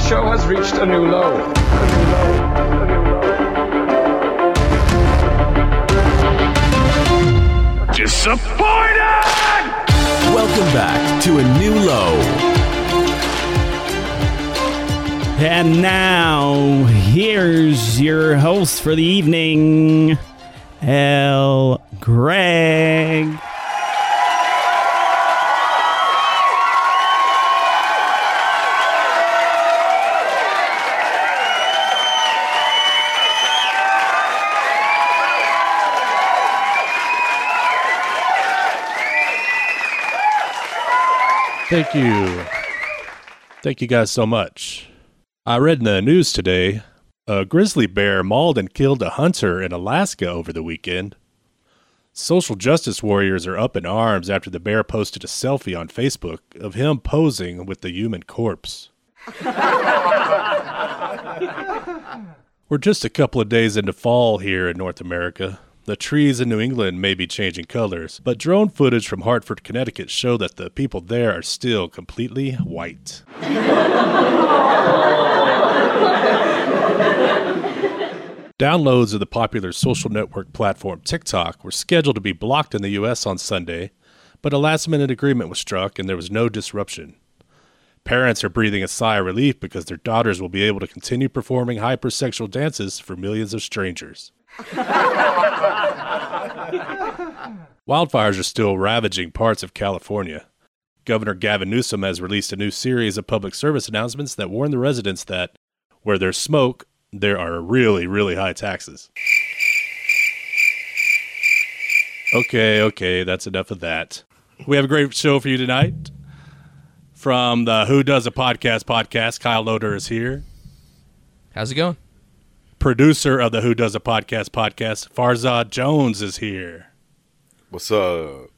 show has reached a new low. Disappointed! Welcome back to a new low. And now, here's your host for the evening, L. Greg. Thank you. Thank you guys so much. I read in the news today a grizzly bear mauled and killed a hunter in Alaska over the weekend. Social justice warriors are up in arms after the bear posted a selfie on Facebook of him posing with the human corpse. We're just a couple of days into fall here in North America. The trees in New England may be changing colors, but drone footage from Hartford, Connecticut show that the people there are still completely white. Downloads of the popular social network platform TikTok were scheduled to be blocked in the US on Sunday, but a last minute agreement was struck and there was no disruption. Parents are breathing a sigh of relief because their daughters will be able to continue performing hypersexual dances for millions of strangers. Wildfires are still ravaging parts of California. Governor Gavin Newsom has released a new series of public service announcements that warn the residents that where there's smoke, there are really, really high taxes. Okay, okay, that's enough of that. We have a great show for you tonight. From the Who Does a Podcast podcast, Kyle Loder is here. How's it going? Producer of the Who Does a Podcast podcast, Farzad Jones is here. What's up?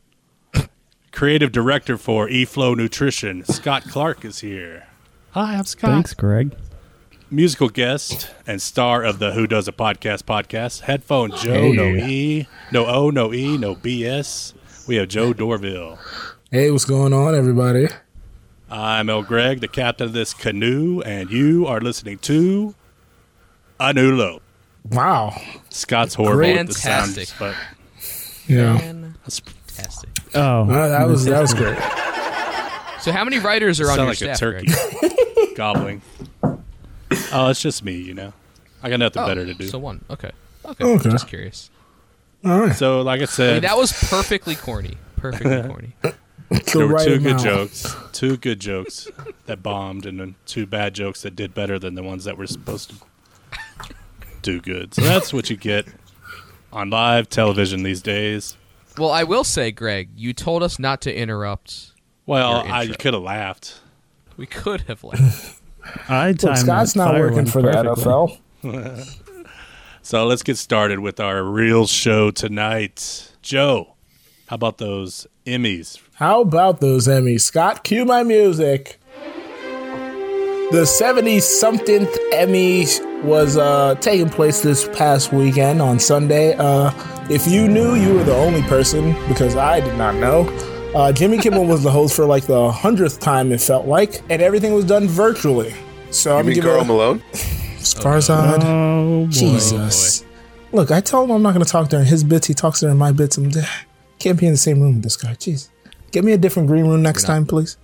Creative director for eFlow Nutrition, Scott Clark is here. Hi, I'm Scott. Thanks, Greg. musical guest and star of the Who Does a Podcast podcast, Headphone Joe, no E, no O, no E, no BS. We have Joe Dorville. Hey, what's going on, everybody? I'm El Greg, the captain of this canoe, and you are listening to Anulo. Wow. Scott's horrible at the Fantastic. sounds, but Yeah. Fantastic. Oh, Uh, that was that was great. So, how many writers are on sound your like staff? a turkey Greg? gobbling. Oh, it's just me, you know. I got nothing better to do. Oh, So So, one. Okay. Okay. Okay. Just curious. All right. like I I mean, said, that was perfectly corny. Perfectly corny. So there were right two good now- jokes, two good jokes that bombed, and then two bad jokes that did better than the ones that were supposed to do good. So that's what you get on live television these days. Well, I will say, Greg, you told us not to interrupt. Well, Your I intro. could have laughed. We could have left. I timed Look, Scott's that not fire working one for the perfectly. NFL. So let's get started with our real show tonight. Joe, how about those Emmys? How about those Emmys? Scott, cue my music. The 70 something Emmy was uh, taking place this past weekend on Sunday. Uh, if you knew, you were the only person because I did not know. Uh, Jimmy Kimmel was the host for like the hundredth time it felt like, and everything was done virtually. So You I'm mean giving Carl it Malone? Sparzad. Oh, boy. Jesus. Look, I tell him I'm not going to talk during his bits. He talks during my bits. I'm can't be in the same room with this guy. Jeez. Get me a different green room next time, please.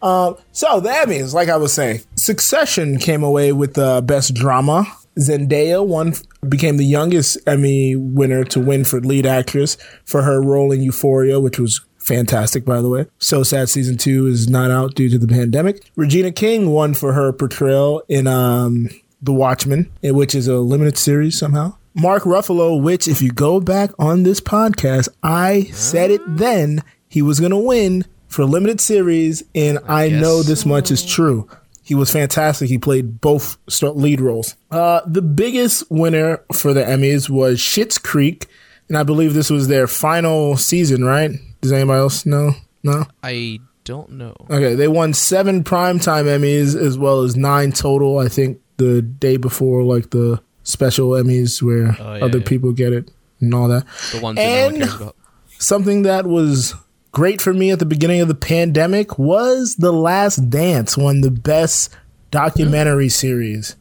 Um, so the Emmys, like I was saying, Succession came away with the best drama. Zendaya won, became the youngest Emmy winner to win for lead actress for her role in Euphoria, which was fantastic, by the way. So Sad season two is not out due to the pandemic. Regina King won for her portrayal in um, The Watchmen, eh, which is a limited series somehow. Mark Ruffalo, which if you go back on this podcast, I said it then he was going to win for limited series, and I, know this much is true. He was fantastic. He played both st- lead roles. Uh, the biggest winner for the Emmys was Schitt's Creek, and I believe this was their final season, right? Does anybody else know? No. I don't know. Okay, they won seven primetime Emmys as well as nine total. I think the day before, like the special Emmys where Oh, yeah, other yeah. people get it and all that The ones that no one And- cares about. something that was great for me at the beginning of the pandemic was The Last Dance won the best documentary series.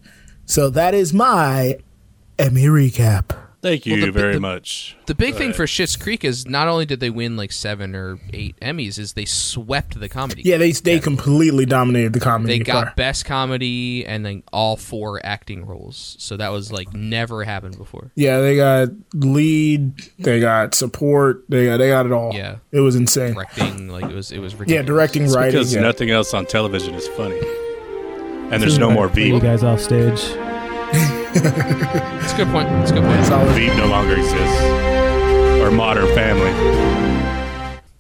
So that is my Emmy recap. Thank you Well, the- very the- much. The big thing for Schitt's Creek is not only did they win like seven or eight Emmys, is they swept the comedy. Yeah, they they completely dominated the comedy. they got part. best comedy and then all four acting roles. So that was like never happened before. Yeah, they got lead, they got support, they got they got it all. Yeah. it was insane. Directing, like it was, it was Yeah, ridiculous. directing, It's writing. because yeah. nothing else on television is funny. And there's no more You Veep. guys off stage. It's a good point. It's a good point. Solid. Veep no longer exists. Or Modern Family.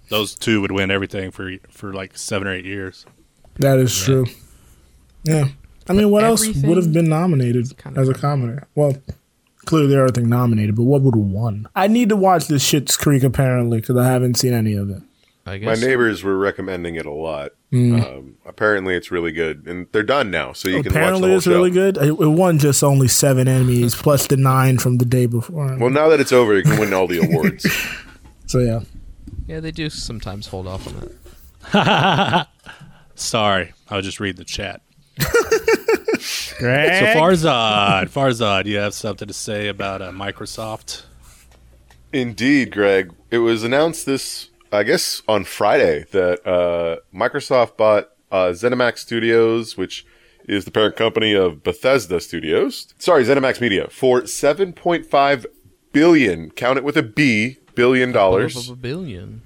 Those two would win everything for for like seven or eight years. That is true. Yeah. I mean, what else everything would have been nominated kind of as a comedy? Well, clearly there are things nominated, but what would have won? I need to watch this Shit's Creek apparently because I haven't seen any of it. I My guess. neighbors were recommending it a lot. Hmm. Um, apparently, it's really good, and they're done now, so you can watch the apparently, whole it's really show. good. It, it won just only seven Emmys plus the nine from the day before. Well, now that it's over, you can win all the awards. so yeah, yeah, they do sometimes hold off on that. Sorry, I was just reading the chat. Greg. So Farzad, Farzad, you have something to say about uh, Microsoft? Indeed, Greg. It was announced this, I guess, on Friday that uh, Microsoft bought uh, ZeniMax Studios, which is the parent company of Bethesda Studios. Sorry, ZeniMax Media for seven point five billion. Count it with a B billion dollars. A billion.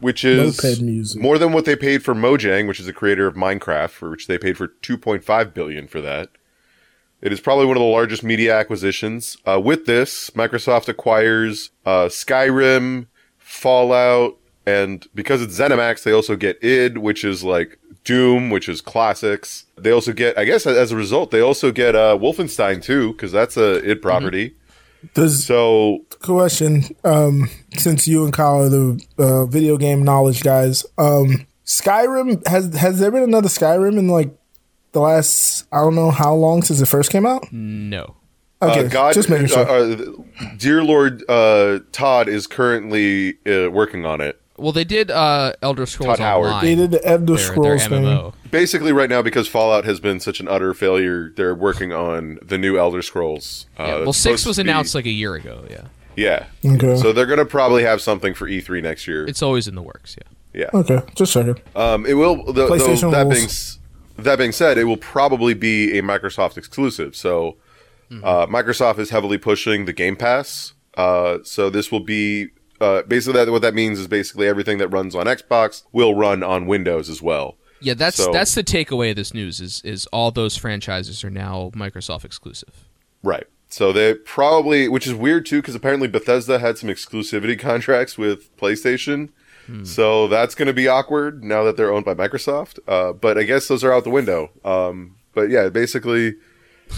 which is Moped music. more than what they paid for Mojang, which is the creator of Minecraft, for which they paid for 2.5 billion for that. It is probably one of the largest media acquisitions. Uh, with this, Microsoft acquires uh, Skyrim, Fallout, and because it's ZeniMax, they also get id, which is like Doom, which is classics. They also get, I guess, as a result, they also get uh, Wolfenstein too, because that's a id property. does So question um, since you and Kyle are the uh, video game knowledge guys, um, Skyrim has has there been another Skyrim in like the last I don't know how long since it first came out? No. Okay, Uh, God, just making uh, sure. uh, dear Lord, uh, Todd is currently uh, working on it. Well, they did uh, Elder Scrolls Todd Howard. Online. they did the Elder their, their Scrolls thing. MMO. Basically, right now, because Fallout has been such an utter failure, they're working on the new Elder Scrolls. Uh, Yeah. well, that's six supposed was to be- announced like a year ago. Yeah, yeah. Okay. So they're gonna probably have something for E3 next year. it's always in the works. Yeah. yeah. Okay, just checking. Um, it will. Th- though, PlayStation that rules. being s- that being said, it will probably be a Microsoft exclusive. So uh, Microsoft is heavily pushing the Game Pass. Uh, so this will be uh, basically that, what that means is basically everything that runs on Xbox will run on Windows as well. Yeah, that's So- that's the takeaway of this news is is all those franchises are now Microsoft exclusive. Right. So they probably, which is weird too, because apparently Bethesda had some exclusivity contracts with PlayStation. So that's going to be awkward now that they're owned by Microsoft. Uh, but I guess those are out the window. Um, but yeah, basically,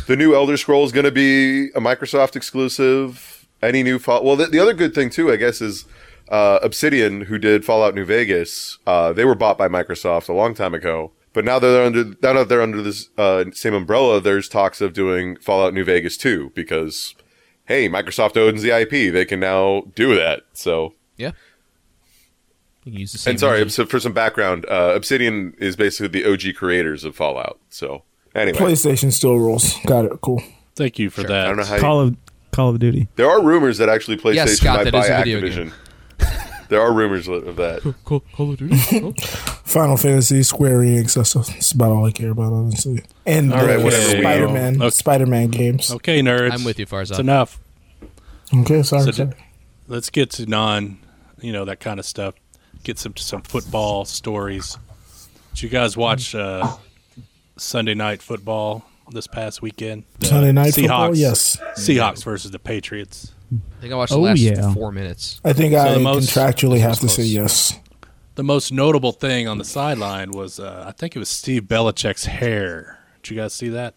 the new Elder Scrolls going to be a Microsoft exclusive. Any new Fallout? Well, the, the other good thing too, I guess, is uh, Obsidian, who did Fallout New Vegas, uh, they were bought by Microsoft a long time ago. But now they're under now that they're under this uh, same umbrella, there's talks of doing Fallout New Vegas too because hey, Microsoft owns the IP; they can now do that. So Yeah. You can use the same and sorry, engine. so for some background, uh, Obsidian is basically the OG creators of Fallout. So anyway, PlayStation still rules. Got it. Cool. Thank you for I don't know that. how you- Call of Call of Duty. There are rumors that actually PlayStation Yes, Scott, might that buy is a video Activision. there are rumors li- of that. Call, Call of Duty. Oh. Final Fantasy, Square Enix. That's, that's about all I care about, honestly. And right, the whatever, we Spider Man, know. Okay. Spider Man games. Okay, Okay, nerds. I'm with you, Farzad. It's enough. So sorry. sorry. d- let's get to non, you know, that kind of stuff. Get some some football stories. Did you guys watch uh, Sunday night football this past weekend? The Sunday night Seahawks, football. Yes, Seahawks versus the Patriots. I think I watched Oh, the last yeah. four minutes. I think I the most- contractually have to say close. yes. The most notable thing on the sideline was uh, I think it was Steve Belichick's hair. Did you guys see that?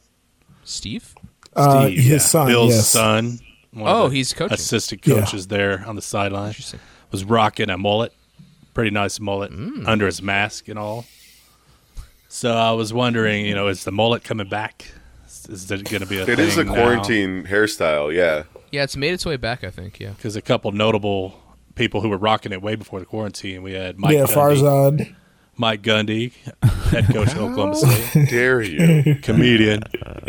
Steve. Uh, Steve, his yeah. son, Bill's yes. son. one of Oh, the he's coaching. Assistant Yeah. coaches there on the sideline Interesting. was rocking a mullet, pretty nice mullet Mm. under his mask and all. So I was wondering, you know, is the mullet coming back? Is- Is it going to be a? It is a quarantine hairstyle, yeah. Yeah, it's made its way back. I think. Yeah. because a couple notable people who were rocking it way before the quarantine. We had Mike yeah, Gundy, Farzad. Mike Gundy, head coach of Oklahoma State, Dare you? comedian,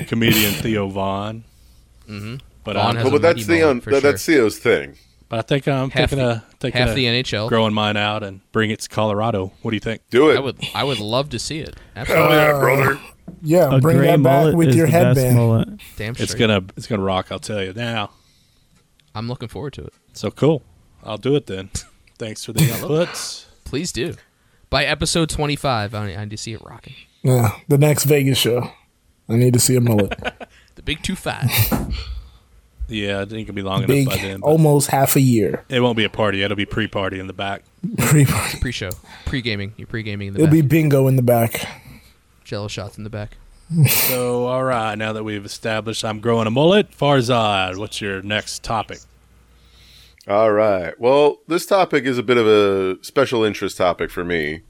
comedian Theo Vaughn. But, Mm-hmm. Vaughn I, has- well, but mighty that's the moment un- for that- that's Theo's thing. but I think I'm Half taking a taking half a- the NHL. growing mine out and bring it to Colorado. What do you think? Do it. I would I would love to see it. oh Absolutely. yeah, brother. Yeah, A bring gray that back mullet with is your the best headband. mullet. Damn straight. It's gonna it's gonna rock. I'll tell you now. I'm looking forward to it. So cool. I'll do it then. Thanks for the inputs. Please do. By episode 25, I, I need to see it rocking. Yeah, the next Vegas show. I need to see a mullet. The big two five. Yeah, I think it'll be long Big, enough by then. but almost half a year. It won't be a party. It'll be pre-party in the back. Pre-party. Pre-show, pre-gaming. You're pre-gaming in the It'll back. be bingo in the back. Jello shots in the back. So, all right, now that we've established I'm growing a mullet, Farzad, what's your next topic? All right. Well, this topic is a bit of a special interest topic for me.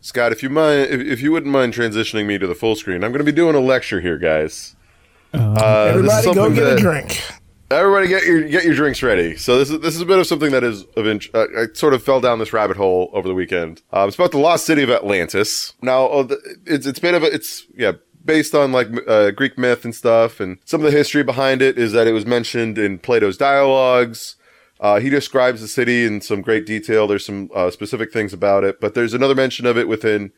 Scott, if you mind, if, if you wouldn't mind transitioning me to the full screen, I'm going to be doing a lecture here, guys. Uh, Oh, Everybody this is go something get a that- drink. Everybody, get your get your drinks ready. So this is this is a bit of something that is of int- uh, I sort of fell down this rabbit hole over the weekend. Um, it's about the lost city of Atlantis. Now, oh, the, it's it's made of a, it's yeah based on like m- uh, Greek myth and stuff, and some of the history behind it is that it was mentioned in Plato's dialogues. Uh, he describes the city in some great detail. There's some uh, specific things about it, but there's another mention of it within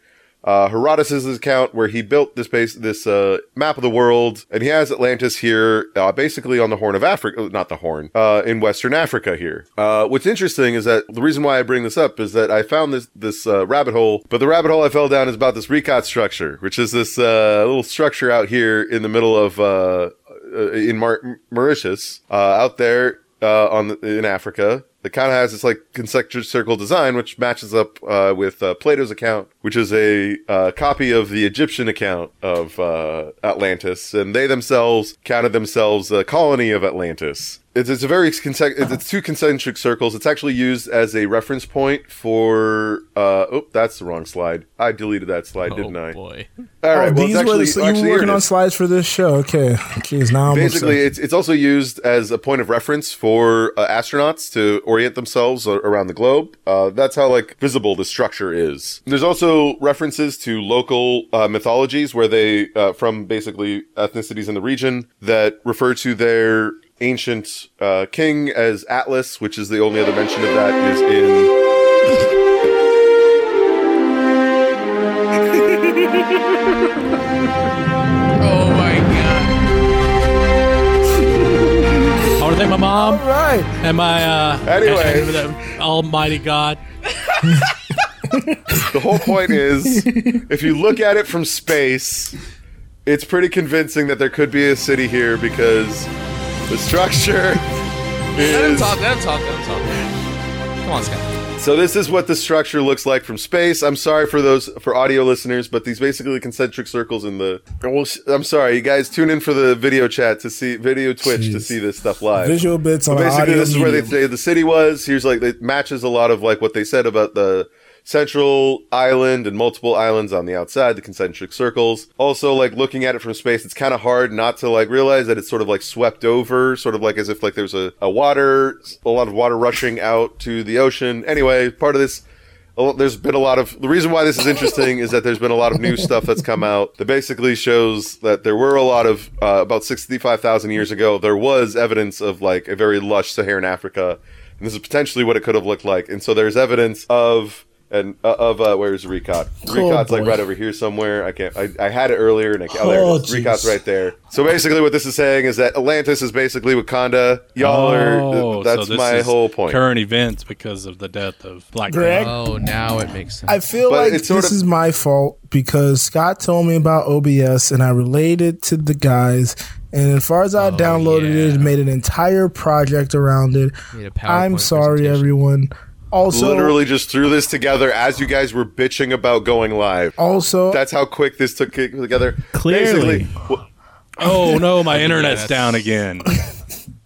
uh, Herodotus' account where he built this base, this uh, map of the world, and he has Atlantis here, uh, basically on the Horn of Africa, not the Horn, uh, in Western Africa here. Uh, what's interesting is that the reason why I bring this up is that I found this this uh, rabbit hole, but the rabbit hole I fell down is about this Ricat structure, which is this uh, little structure out here in the middle of uh, uh, in Mar- Mauritius, uh, out there uh, on the, in Africa. It kind of has this like concentric circle design, which matches up uh, with uh, Plato's account, which is a uh, copy of the Egyptian account of uh, Atlantis, and they themselves counted themselves a colony of Atlantis. It's, it's a very concent- it's, it's two concentric circles. It's actually used as a reference point for. Uh, oh, that's the wrong slide. I deleted that slide, didn't I? oh boy. All right. oh, well, these it's actually, were the, so actually, you were here it working on is slides for this show. Okay, jeez, now I'm basically upset. it's, it's also used as a point of reference for uh, astronauts to orient themselves a- around the globe uh, that's how like visible the structure is there's also references to local uh, mythologies where they uh, from basically ethnicities in the region that refer to their ancient uh, king as atlas which is the only other mention of that is in Oh my god. I want to thank my mom All right. and my uh, Anyway. and the Almighty God. The whole point is, if you look at it from space, it's pretty convincing that there could be a city here because the structure Let him is. talk. Let him talk. Let him talk. Come on, Scott. So this is what the structure looks like from space. I'm sorry for those for audio listeners, but these basically concentric circles in the. Well, sh- I'm sorry, you guys tune in for the video chat to see video Twitch to Jeez. see this stuff live. Visual bits But on basically, audio this is where they medium. say the city was. Here's like it matches a lot of like what they said about the central island and multiple islands on the outside, the concentric circles. Also, like looking at it from space, it's kind of hard not to like realize that it's sort of like swept over, sort of like as if like there's a, a water, a lot of water rushing out to the ocean. Anyway, part of this a lot- there's been a lot of the reason why this is interesting is that there's been a lot of new stuff that's come out that basically shows that there were a lot of uh, about 65,000 years ago there was evidence of like a very lush Saharan Africa and this is potentially what it could have looked like and so there's evidence of and uh, of uh, where's Recot? Oh, Recot's like boy. right over here somewhere. I can't. I, I had it earlier and I can't. Oh, Oh, there it is. jeez. Recot's right there. So basically, what this is saying is that Atlantis is basically Wakanda. Y'all Oh, are. so That's this my is whole point. Current events because of the death of Black Greg? Oh, now it makes sense. I feel But like it's this sort of- is my fault because Scott told me about OBS and I related to the guys. And as far as I downloaded yeah. it and made an entire project around it, Need a PowerPoint I'm sorry, presentation. everyone. Also, literally just threw this together as you guys were bitching about going live. also, That's how quick this took it together. Clearly. Basically, wh- Oh no, my internet's down again.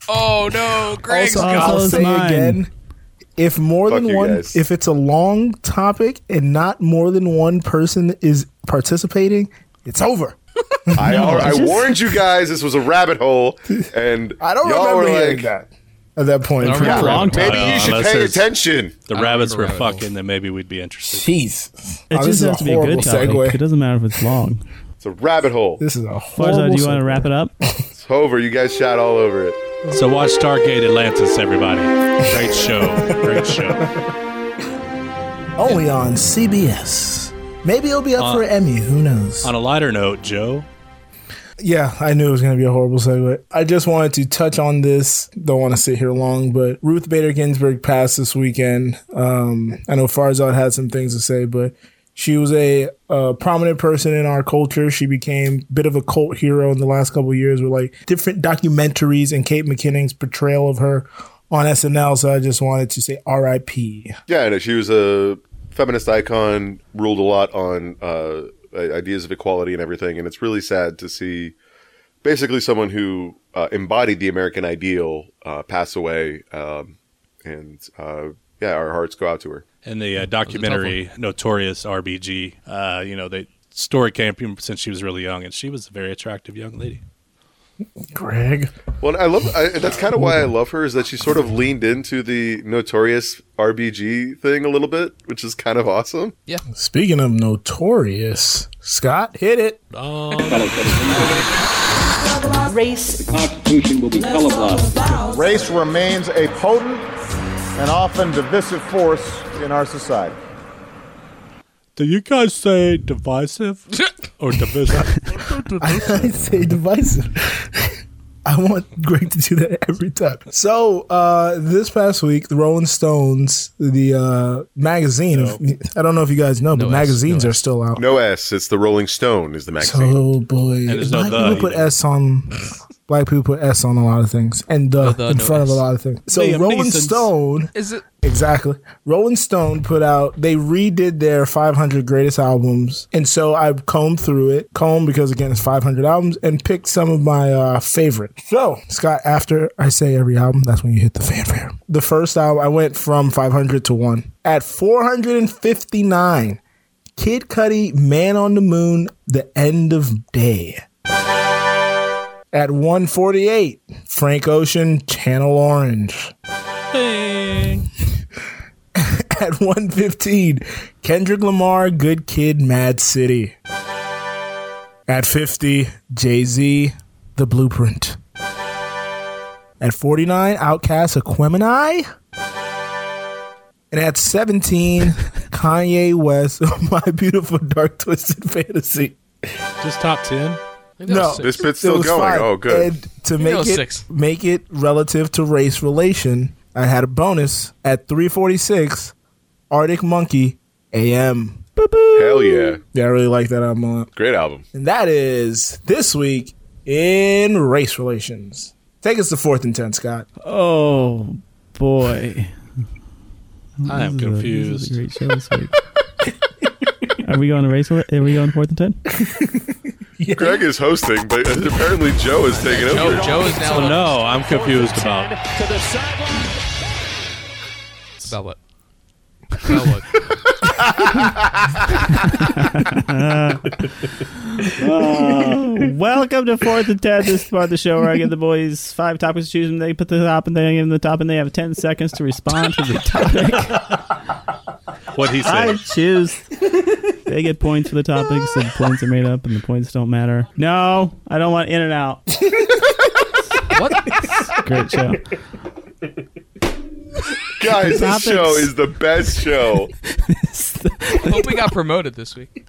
Oh no, Greg's also, gone. I'll God's say mine. again. If more Fuck than you one, guys. if it's a long topic and not more than one person is participating, it's over. I, I just- warned you guys this was a rabbit hole, and I don't y'all remember were hearing like, that. at that point. I don't Yeah. remember long Rabbit. time. Maybe you should unless pay there's- attention. The I rabbits were remember Rabbit Hole. fucking, then maybe we'd be interested. Jeez. It Oh, this just is has to be a horrible good topic. segue. It doesn't matter if it's long. It's a rabbit hole. This is a Farza, horrible. do you want to wrap it up? It's over. You guys shot all over it. So watch Stargate Atlantis, everybody. Great show. Great show. segue. Only on CBS. Maybe it'll be up Uh, for an Emmy. Who knows? On a lighter note, Joe, Yeah, I knew it was going to be a horrible segue. I just wanted to touch on this. Don't want to sit here long, but Ruth Bader Ginsburg passed this weekend. Um, I know Farzad had some things to say, but she was a, uh prominent person in our culture. She became a bit of a cult hero in the last couple of years with like different documentaries and Kate McKinnon's portrayal of her on SNL. So I just wanted to say RIP. Yeah, I know. She was a feminist icon, ruled a lot on uh, i- ideas of equality and everything. And it's really sad to see basically someone who uh, embodied the American ideal uh, pass away. Um, and uh, yeah, our hearts go out to her. in the uh, documentary Notorious RBG, uh, you know, the story came from since she was really young, and she was a very attractive young lady. Greg. Well, I love I, that's kind of why I love her is that she sort of leaned into the notorious RBG thing a little bit, which is kind of awesome. Speaking of notorious, Scott, hit it. race, Race remains a potent and often divisive force in our society. Do you guys say divisive or divisive? I say divisive. I want Greg to do that every time. So uh, this past week, the Rolling Stones, the uh, magazine. If, I don't know if you guys know, but S, magazines no are still out. No S, it's the Rolling Stone is the magazine. So boy, there's no black the people put either. S on. Black people put S on a lot of things and the, the, in no front of a S. lot of things. So Liam Rolling Neeson's- Stone, Is it? Exactly. Rolling Stone put out, they redid their 500 greatest albums. And so I combed through it, combed because again, it's 500 albums, and picked some of my uh, favorite. So, Scott, after I say every album, that's when you hit the fanfare. The first album, I went from 500 to 1. At 459, Kid Cudi, Man on the Moon, The End of Day. At 148, Frank Ocean, Channel Orange. At 115, Kendrick Lamar, Good Kid, Mad City. At 50, Jay Z, The Blueprint. At 49, Outkast, Aquemini. And at 17, Kanye West, My Beautiful Dark Twisted Fantasy. Just top 10? No, This bit's still going. five. Oh, good. And to it make was it six. make it relative to race relation, I had a bonus at 346. Arctic Monkey AM. Hell yeah. Yeah, I really like that album a lot. Great album. And that is this week in race relations. Take us to fourth and ten, Scott. Oh boy, I am This is a confused. great show this week. Are we going to race? Are we going fourth and ten? Greg is hosting, but apparently Joe is taking over. Joe, Joe is now. Well, no, I'm confused about About what? About what? Welcome to Fourth and Ten. This is part of the show where I give the boys five topics to choose, and they put the top, and they give them the top, and they have ten seconds to respond to the topic. what he I said. choose. They get points for the topics, and points are made up, and the points don't matter. No, I don't want in and out. What? Great show. Guys, this Topics. show is the best show. Hope we got promoted this week.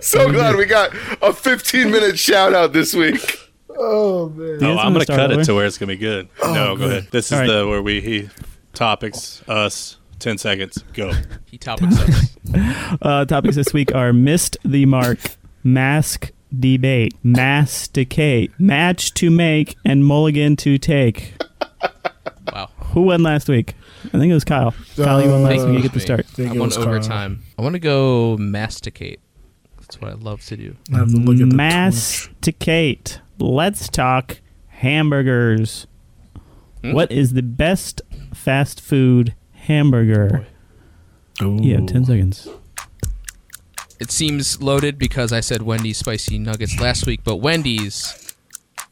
So glad we got a 15 minute shout out this week. No, Dan's Oh, I'm gonna start cut it over. Oh, to where it's gonna be good. no, go ahead. This is All right. the where we he topics us ten seconds. Go. He topics us. Uh, topics this week are missed the mark, mask debate, masticate, match to make, and mulligan to take. Wow. Who won last week? I think it was Kyle. Kyle, you won Uh, last week. You get the start. think I it want was Kyle. overtime. I want to go masticate. That's what I love to do. I have to look at the Twitch. Masticate. Let's talk hamburgers. What is the best fast food hamburger? Yeah, 10 seconds. It seems loaded because I said Wendy's spicy nuggets last week, but Wendy's,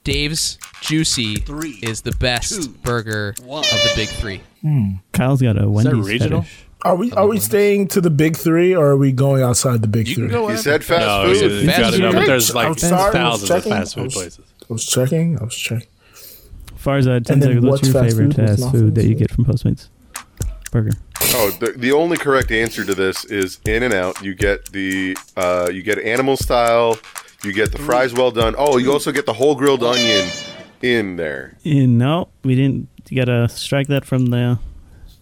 Dave's Juicy is the best burger of the big three. Kyle's got a Wendy's regional? fetish. Are we are we staying to the big three or are we going outside the big You three? can go He in. said fast No, food. you- you Fast gotta food. know, but there's I'm like sorry, I was thousands of checking. fast I food was- places. I was checking. I was checking. Farzad, ten And then seconds. What's what's your fast favorite food? What's fast not food fast that you food? get from Postmates? Burger. Oh, the, the only correct answer to this is In and Out. You get the uh, you get animal style. You get the fries well done. Oh, you also get the whole grilled onion in there. Eh, no, we didn't. You gotta strike that from the.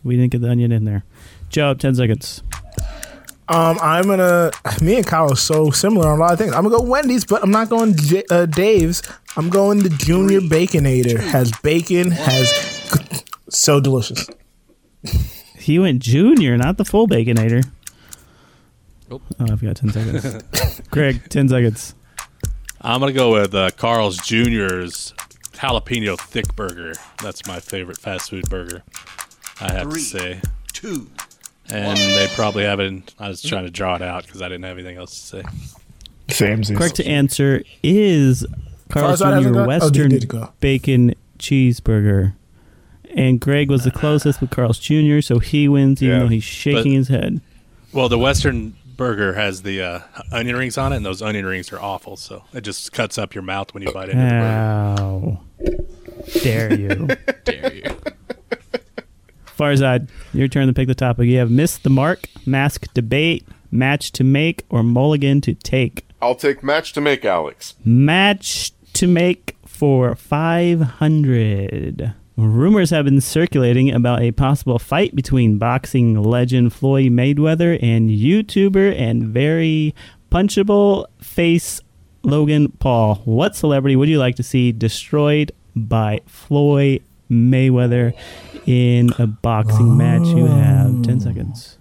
We didn't get the onion in there. Joe, ten seconds. Um, I'm gonna. Me and Kyle are so similar on a lot of things. I'm gonna go Wendy's, but I'm not going J- uh, Dave's. I'm going the Junior Baconator. has bacon. Has so delicious. He went junior, not the full baconator. Nope. Oh, I've got ten seconds. Greg, ten seconds. I'm gonna go with uh, Carl's Jr.'s jalapeno thick burger. That's my favorite fast food burger. I have to say. Two. And they probably haven't. I was trying to draw it out because I didn't have anything else to say. Sam's Correct answer is Carl's Farzad hasn't Jr. got- oh, Western they did go. Bacon Cheeseburger. And Greg was the closest with Carl's Jr., so he wins, even Yeah, though he's shaking but- his head. Well, the Western burger has the uh, onion rings on it, and those onion rings are awful. So it just cuts up your mouth when you bite into it. Ow. Dare you. Dare you. Farzad, your turn to pick the topic. You have missed the mark, mask debate, match to make, or mulligan to take. I'll take match to make, Alex. Match to make for 500. Rumors have been circulating about a possible fight between boxing legend Floyd Mayweather and YouTuber and very punchable face Logan Paul. What celebrity would you like to see destroyed by Floyd Mayweather in a boxing match? You have 10 seconds.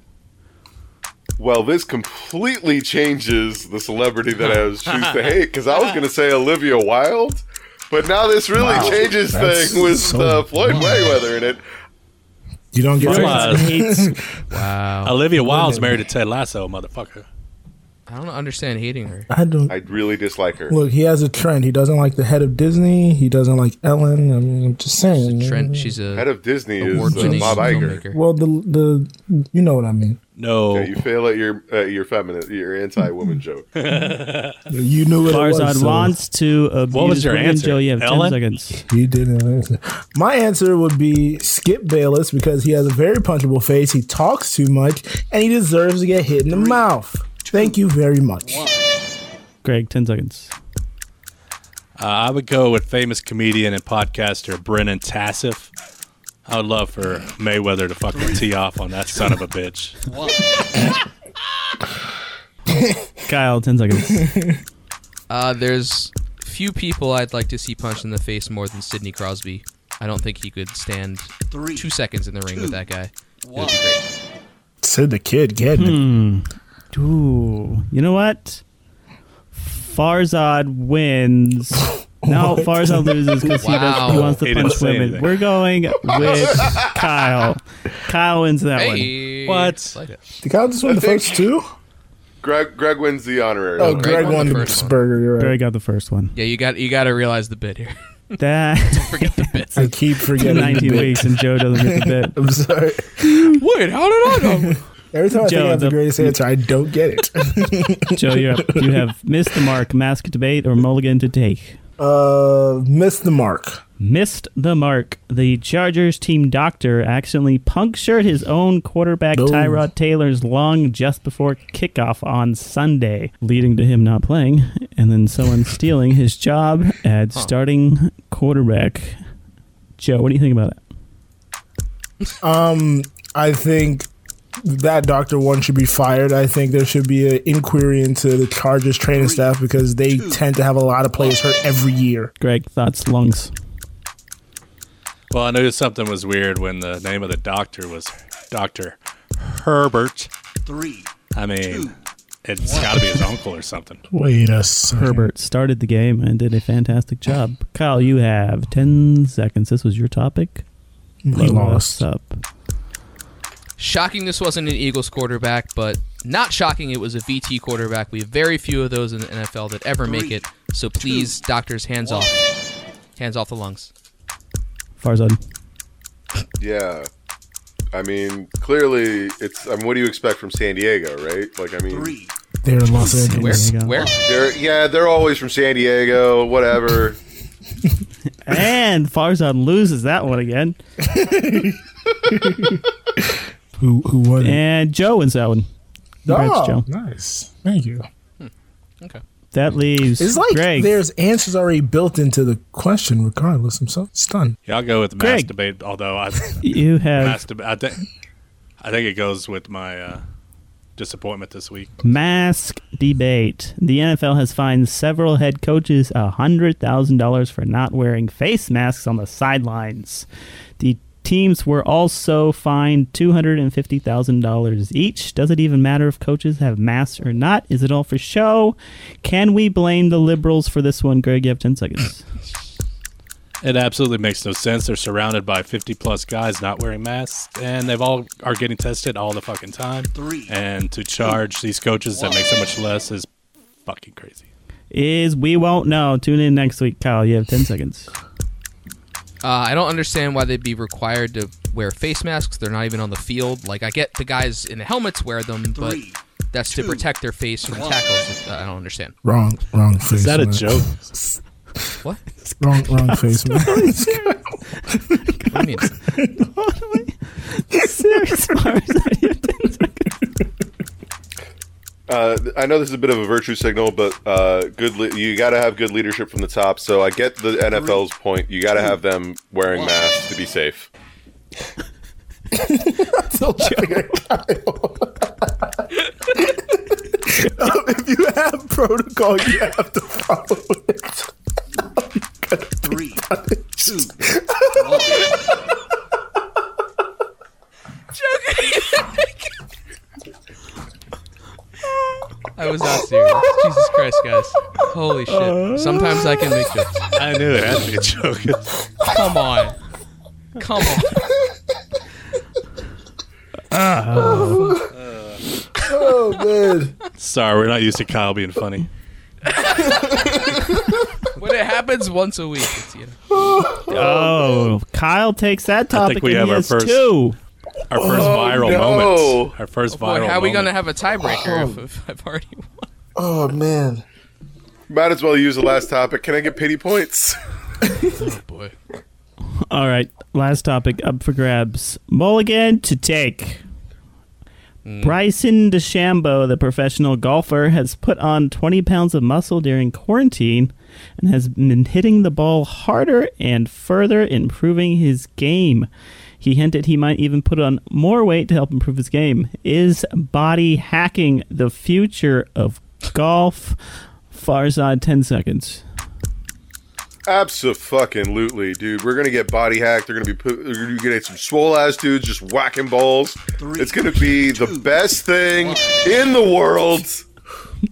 Well, this completely changes the celebrity that I was choose to hate because I was going to say Olivia Wilde, but now this really changes That's thing with so- uh, Floyd Mayweather in it. You don't get Farzad to hates- Wow. Olivia Wilde's married to Ted Lasso, motherfucker. I don't understand hating her. I don't. I really dislike her. Look, he has a trend. He doesn't like the head of Disney. He doesn't like Ellen. I mean, I'm just saying. Trent, she's Head a of Disney is uh, award-winning Bob Iger. filmmaker. Well, the the you know what I mean. No, Yeah, you fail at your uh, your feminine, your anti-woman joke. You knew what it Farzad was. so wants to abuse uh, was your women. answer, Joe, you have 10 Ellen? seconds. You didn't answer. My answer would be Skip Bayless because he has a very punchable face. He talks too much, and he deserves to get hit in the mouth. Thank you very much. Greg, 10 seconds. Uh, I would go with famous comedian and podcaster Brennan Tassif. I would love for Mayweather to fucking tee off on that son of a bitch. Kyle, 10 seconds. Uh, there's few people I'd like to see punched in the face more than Sidney Crosby. I don't think he could stand two seconds in the ring with that guy. It would be great. Said the kid getting Hmm. it. Ooh, you know what? Farzad wins. No, What? Farzad loses because he, does- he Wow. wants to He didn't punch say women. anything. We're going with Kyle. Kyle wins that one. Hey, What? Like it. Did Kyle just win the think- first two? Greg Greg wins the honorary. Oh, award. Greg won the first one. burger. You're Barry right. got the first one. Yeah, you got you got to realize the bit here. That Forget the bits. I keep forgetting. the 19 bit. weeks and Joe doesn't get the bit. I'm sorry. Wait, how did I know? Every time I Joe, think I have the- the greatest answer, I don't get it. Joe, you have, you have missed the mark. Mask debate or mulligan to take. Uh, missed the mark. Missed the mark. The Chargers team doctor accidentally punctured his own quarterback No. Tyrod Taylor's lung just before kickoff on Sunday, leading to him not playing and then someone stealing his job as starting quarterback. Joe, what do you think about that? I think that Doctor One should be fired. I think there should be an inquiry into the Chargers training staff because they tend to have a lot of players hurt every year. Greg, thoughts, lungs. Well, I knew something was weird when the name of the doctor was Doctor Herbert. Three. I mean, it's got to be his uncle or something. Wait a second. Herbert started the game and did a fantastic job. Kyle, you have 10 seconds. This was your topic. He Blow lost. us up. Shocking this wasn't an Eagles quarterback, but not shocking it was a VT quarterback. We have very few of those in the NFL that ever make it. So please, doctors, hands off. Hands off the lungs. Farzad. Yeah. I mean, clearly, it's. I mean, what do you expect from San Diego, right? Like, I mean, They're in Los Angeles. Where? you go. Where? they're yeah, they're always from San Diego, whatever. And Farzad loses that one again. Who who won? it? And Joe wins that one. Congrats, Oh, Joe. nice. Thank you. That leaves It's like Greg. there's answers already built into the question, regardless. I'm so stunned. Yeah, I'll go with Greg. masturbate. Although I, You have masturbate, I think, I think it goes with my uh, disappointment this week. mask debate. The NFL has fined several head coaches $100,000 for not wearing face masks on the sidelines. The teams were also fined $250,000 each. Does it even matter if coaches have masks or not? Is it all for show? Can we blame the liberals for this one? Greg, you have 10 seconds. It absolutely makes no sense. They're surrounded by 50 plus guys not wearing masks, and they've all are getting tested all the fucking time. Three. And to charge these coaches that make so much less is fucking crazy. Is we won't know. Tune in next week, Kyle. You have 10 seconds. Uh, I don't understand why they'd be required to wear face masks. They're not even on the field. Like, I get the guys in the helmets wear them, but that's to protect their face from tackles. Uh, I don't understand. Wrong, wrong face. Is that a man. joke? What? Wrong, wrong face. Man. What do you mean? Serious Farzad, you have 10 seconds. Uh, I know this is a bit of a virtue signal, but uh, good. Le- you got to have good leadership from the top. So I get the NFL's point. You got to have them wearing masks to be safe. still laughing at Kyle. Um, if you have protocol, you have to follow it. I was not serious. Jesus Christ, guys. Holy Uh. shit. Sometimes I can make jokes. I knew it had to be a joke. Come on. Come on. Oh man, Sorry, we're not used to Kyle being funny. When it happens once a week, it's, you know. Oh, Kyle takes that topic. we and have he our has first- two. Our first viral no. moment. Our first Boy, viral. how are we going to moment. have a tiebreaker if, if I've already won? oh man. Might as well use the last topic. Can I get pity points? Boy. All right, last topic up for grabs. Mulligan to take. Hmm. Bryson DeChambeau, the professional golfer, has put on 20 pounds of muscle during quarantine and has been hitting the ball harder and further, improving his game. He hinted he might even put on more weight to help improve his game. Is body hacking the future of golf? Farzad, 10 seconds. Absolutely, dude. We're gonna get body hacked. They're gonna be put, you're gonna get some swole ass dudes just whacking balls. it's gonna be the best thing in the world.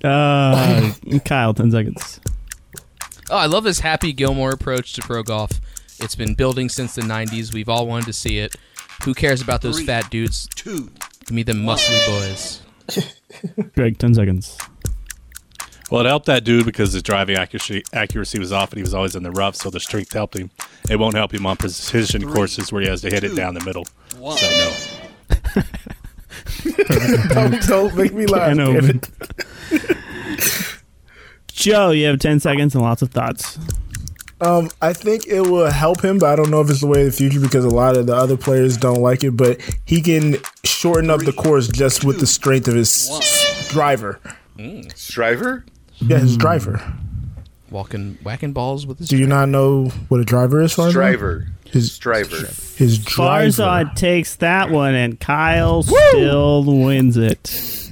Uh, Kyle, 10 seconds. Oh, I love this Happy Gilmore approach to pro golf. It's been building since the 90s. We've all wanted to see it. Who cares about those fat dudes? Two. Give me the muscly boys. Greg, 10 seconds. Well, it helped that dude because his driving accuracy accuracy was off, and he was always in the rough, so the strength helped him. It won't help him on precision courses where he has to hit it down the middle. So no. Don't, don't make me laugh. Can damn open. it. Joe, you have 10 seconds and lots of thoughts. Um, I think it will help him, but I don't know if it's the way of the future because a lot of the other players don't like it. But he can shorten up the course just with the strength of his s- driver. Striver? Yeah, his driver. Walking, whacking balls with his. Do you not know what a driver is? Farzad? Driver. His Striver. his driver. Farzad takes that one, and Kyle still wins it.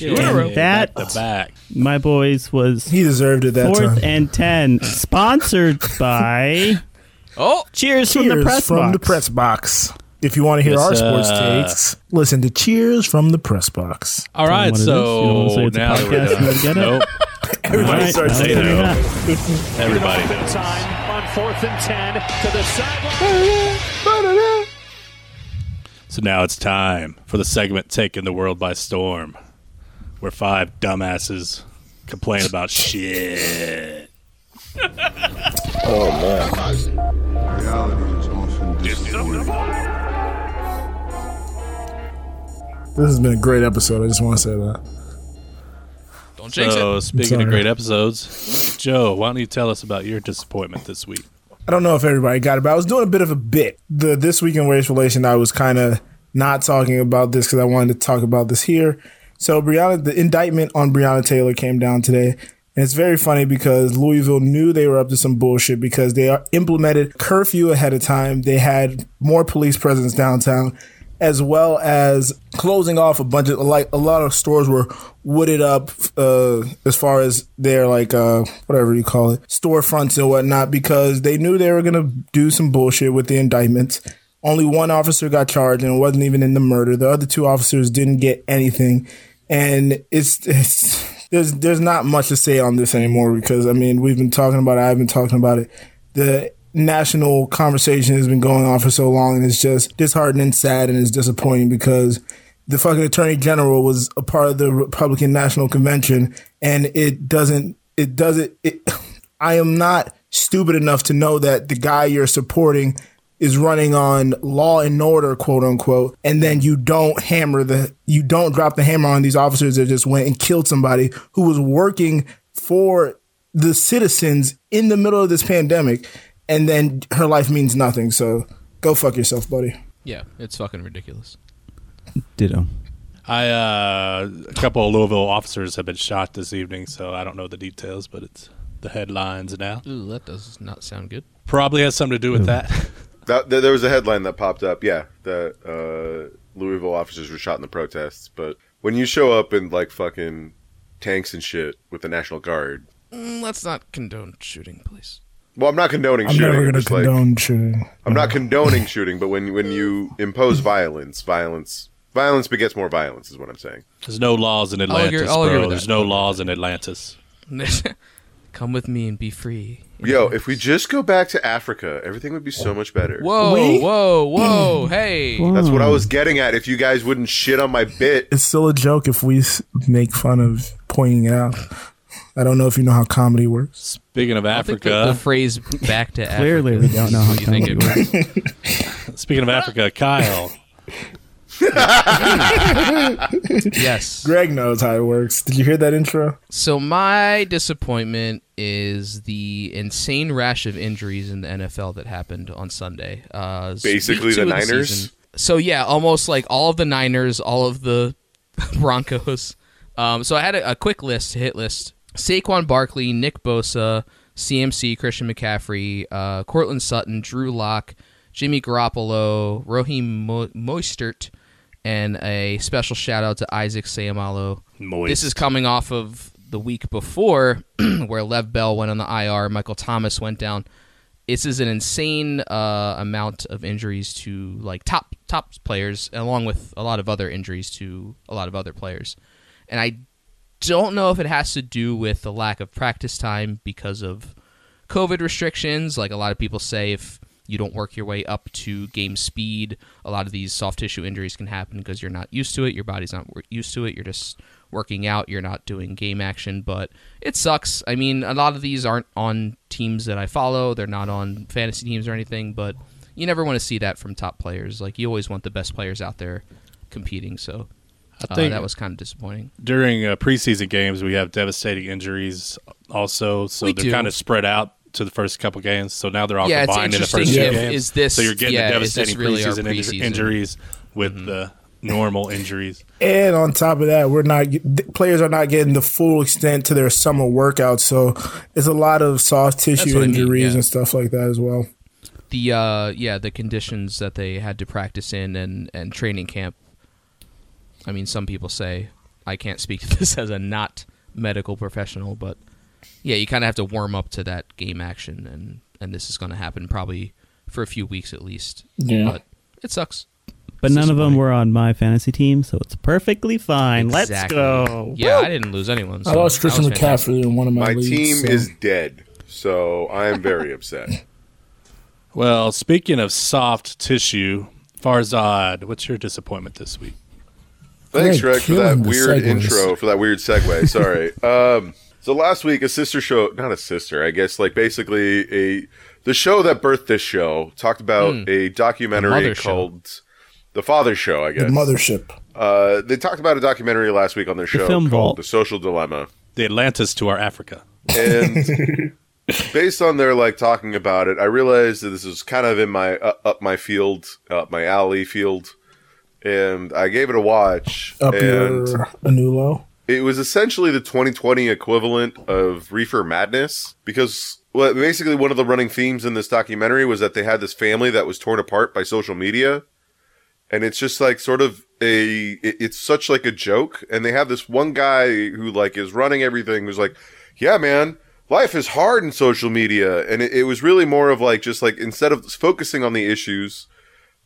And that, the back. my boys, was He deserved it that fourth time. and 10, sponsored by Oh! Cheers, from the Cheers Press from Box. the press box. If you want to hear Yes, our sports uh, takes, listen to Cheers from the press box. All Tell 'em right, what it is. You don't wanna say so it's a now that podcast, you we're don't get it? done. Nope. All right, starts no, saying maybe that. not. Everybody knows. So now it's time for the segment taking the world by storm, where five dumbasses complain about shit. Oh man. This has been a great episode. I just want to say that. Don't jinx So, it. speaking of Sorry. great episodes, Joe, why don't you tell us about your disappointment this week? I don't know if everybody got it, but I was doing a bit of a bit. The this week in race relation, I was kind of not talking about this because I wanted to talk about this here. So Breonna, the indictment on Breonna Taylor came down today, and it's very funny because Louisville knew they were up to some bullshit because they are- implemented curfew ahead of time. They had more police presence downtown, as well as closing off a bunch of like a lot of stores were wooded up uh, as far as their like uh, whatever you call it storefronts and whatnot because they knew they were gonna do some bullshit with the indictments. Only one officer got charged and it wasn't even in the murder. The other two officers didn't get anything, and it's, it's there's there's not much to say on this anymore because I mean we've been talking about it. I've been talking about it. The national conversation has been going on for so long and it's just disheartening, sad, and it's disappointing because the fucking attorney general was a part of the Republican National Convention and it doesn't, it doesn't, it, I am not stupid enough to know that the guy you're supporting is running on law and order, quote unquote, and then you don't hammer the, you don't drop the hammer on these officers that just went and killed somebody who was working for the citizens in the middle of this pandemic, and then her life means nothing. So go fuck yourself, buddy. Yeah, it's fucking ridiculous. Ditto. I uh, a couple of Louisville officers have been shot this evening, so I don't know the details, but it's the headlines now. Ooh, that does not sound good. Probably has something to do with that. That, there there was a headline that popped up, yeah, that uh, Louisville officers were shot in the protests. But when you show up in like fucking tanks and shit with the National Guard, Mm, let's not condone shooting, please. well, I'm not condoning I'm shooting. never gonna just, like, condone shooting. I'm not condoning shooting, but when when you impose violence, violence, violence begets more violence, is what I'm saying. There's no laws in agree- Atlantis, I'll agree bro. with There's oh, that. no laws in Atlantis. Come with me and be free. Yo, if we just go back to Africa, everything would be so much better. Whoa, We- whoa, whoa! hey, That's what I was getting at. If you guys wouldn't shit on my bit, It's still a joke if we s- make fun of pointing it out. I don't know if you know how comedy works. Speaking of I think the, the Africa, phrase "back to Africa." Clearly we don't know how what you think it comedy was. speaking of Africa, Kyle, Yes. Greg knows how it works. Did you hear that intro? So my disappointment is the insane rash of injuries in the NFL that happened on Sunday. Uh, it's week Basically two the of Niners? season. so yeah, almost like all of the Niners, all of the Broncos. Um, so I had a, a quick list, hit list: Saquon Barkley, Nick Bosa, CMC, Christian McCaffrey, uh, Cortland Sutton, Drew Lock, Jimmy Garoppolo, Raheem Mo- Moistert, and a special shout out to Isaac Sayamalo. Moist. This is coming off of the week before where Lev Bell went on the IR, Michael Thomas went down. This is an insane uh, amount of injuries to like top top players, along with a lot of other injuries to a lot of other players. And I don't know if it has to do with the lack of practice time because of COVID restrictions. Like a lot of people say, if you don't work your way up to game speed, a lot of these soft tissue injuries can happen because you're not used to it. Your body's not wor- used to it. You're just working out. You're not doing game action, but it sucks. I mean, a lot of these aren't on teams that I follow, they're not on fantasy teams or anything, but you never want to see that from top players. Like, you always want the best players out there competing. So. I uh, think- that was kind of disappointing. during uh, preseason games, we have devastating injuries also, so We they're do. kind of spread out to the first couple games. So now they're all Yeah, it's combined in the first two interesting if- games. is this- so you're getting yeah, the is this devastating really our preseason, inju- preseason? Mm-hmm. injuries with the normal injuries. And on top of that, we're not th- players are not getting the full extent to their summer workouts, so it's a lot of soft tissue what I mean, injuries yeah. and stuff like that as well. the uh yeah the conditions that they had to practice in and and training camp i mean some people say i can't speak to this as a not medical professional but yeah you kind of have to warm up to that game action and and this is going to happen probably for a few weeks at least Yeah. but it sucks But none of them disappointing. were on my fantasy team, so it's perfectly fine. Let's Exactly. go. yeah i didn't lose anyone so I lost that Christian was fantastic. McCaffrey in one of my, my leagues, team so- is dead, so I am very upset. Well, speaking of soft tissue, Farzad, what's your disappointment this week? Thanks, Greg, Greg, for that killing the weird segues. intro, for that weird segue. Sorry. um, So last week, a sister show, not a sister, I guess, like basically a the show that birthed this show talked about a documentary mother show. called The Father Show, I The guess. mothership. Uh, they talked about a documentary last week on their show Film called Vault. The Social Dilemma. The Atlantis to our Africa. and based on their like talking about it, I realized that this is kind of in my uh, up my field, uh, up my alley field, and I gave it a watch. Up and your Anulo. it was essentially the 2020 equivalent of Reefer Madness because well, basically one of the running themes in this documentary was that they had this family that was torn apart by social media, and it's just like sort of a it- it's such like a joke, and they have this one guy who like is running everything who's like, yeah, man. Life is hard in social media, and it, it was really more of like just like instead of focusing on the issues,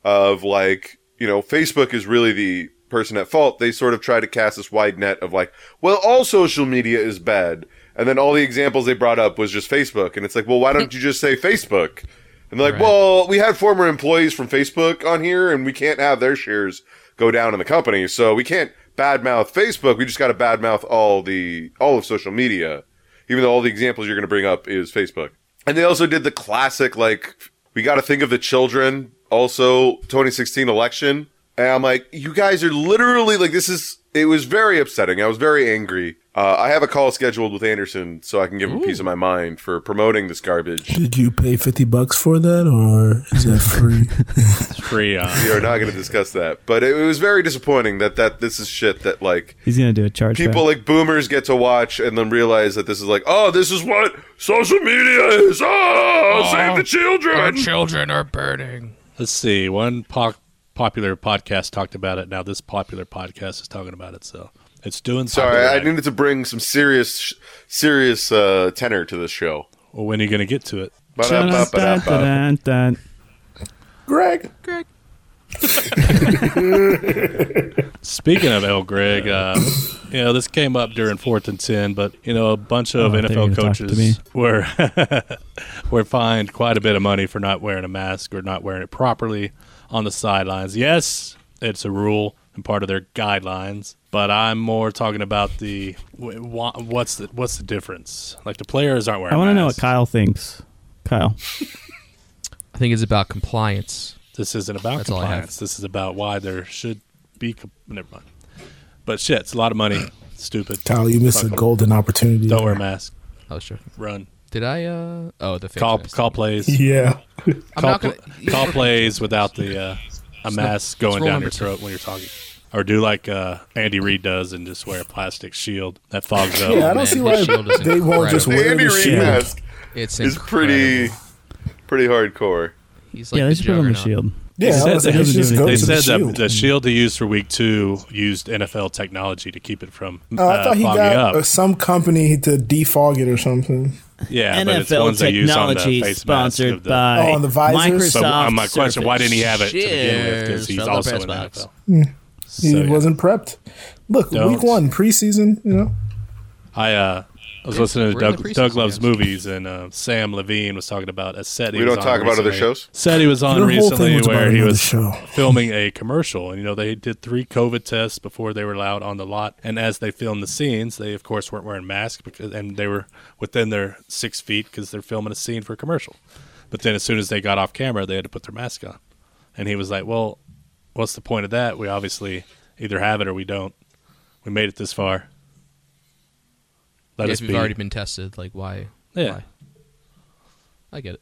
of like you know facebook is really the person at fault they sort of try to cast this wide net of like well all social media is bad and then all the examples they brought up was just facebook and it's like well why don't you just say facebook and they're like Right. well we had former employees from facebook on here and we can't have their shares go down in the company so we can't badmouth facebook we just got to badmouth all the all of social media even though all the examples you're going to bring up is Facebook. And they also did the classic, like, we got to think of the children, also 2016 election. And I'm like, you guys are literally like, this is, it was very upsetting. I was very angry. Uh, I have a call scheduled with Anderson so I can give him a piece of my mind for promoting this garbage. Did you pay 50 bucks for that or is that free? It's free on. We are not going to discuss that, but it was very disappointing that that this is shit that like He's gonna do a charge. people like boomers get to watch and then realize that this is like, oh, this is what social media is. Oh, save the Our children. children are burning. Let's see. One po- popular podcast talked about it. Now this popular podcast is talking about it. So it's doing Sorry, something I right. needed to bring some serious, serious uh, tenor to this show. Well, when are you going to get to it? Ba-da-ba-ba-da-ba. Greg. Greg. Speaking of El Greg, uh, you know, this came up during fourth and 10, but, you know, a bunch of Oh, I thought you were NFL gonna talk to me. coaches were, were fined quite a bit of money for not wearing a mask or not wearing it properly on the sidelines. Yes, it's a rule and part of their guidelines, but I'm more talking about the wh- wha- what's the, what's the difference? Like the players aren't wearing I want to know what masks. Kyle thinks. Kyle, I think it's about compliance. This isn't about That's all I have. compliance. This is about why there should be. Com- Never mind. But shit, it's a lot of money. Stupid. Kyle, you missed a Fuck 'em. golden opportunity. Don't wear a mask. I was joking. Run. Did I? uh Oh, the fake Call mask. call plays. Yeah. I'm Call, not gonna. pl- call plays without the uh, a mask going roll down number your two. throat when you're talking. Or do like uh, Andy Reid does and just wear a plastic shield that fogs up. Yeah, I man, don't see his why shield is they won't just incredible. wear Andy the Reid shield. mask It's is incredible. pretty, pretty hardcore. He's like yeah, the they should put on the juggernaut. shield. Yeah, They I was said, like, that, you should just go they to the said that shield. the shield they used for week two used NFL technology to keep it from Oh, I uh, thought he fogging got up. uh, some company to defog it or something. Yeah, but it's NFL ones they use on the technology face mask sponsored of the- by Oh, on the visors? Microsoft. So uh, my question: Why didn't he have it to begin with? Cheers Because he's from the also press in the box. NFL. So, He yeah. wasn't prepped. Look, Don't. week one, preseason, you know? I uh, I was listening to We're in the Doug, preseason, Doug Loves yes. Movies, and uh, Sam Levine was talking about a set. He We was don't on talk about other recently. shows? Said he was on Your whole recently thing was about where he another was show. filming a commercial, and you know they did three COVID tests before they were allowed on the lot. And as they filmed the scenes, they of course weren't wearing masks because, and they were within their six feet because they're filming a scene for a commercial. But then as soon as they got off camera, they had to put their mask on. And he was like, "Well, what's the point of that? We obviously either have it or we don't. We made it this far. Let Yeah, us if be." you've already been tested, like why? Yeah. Why? I get it.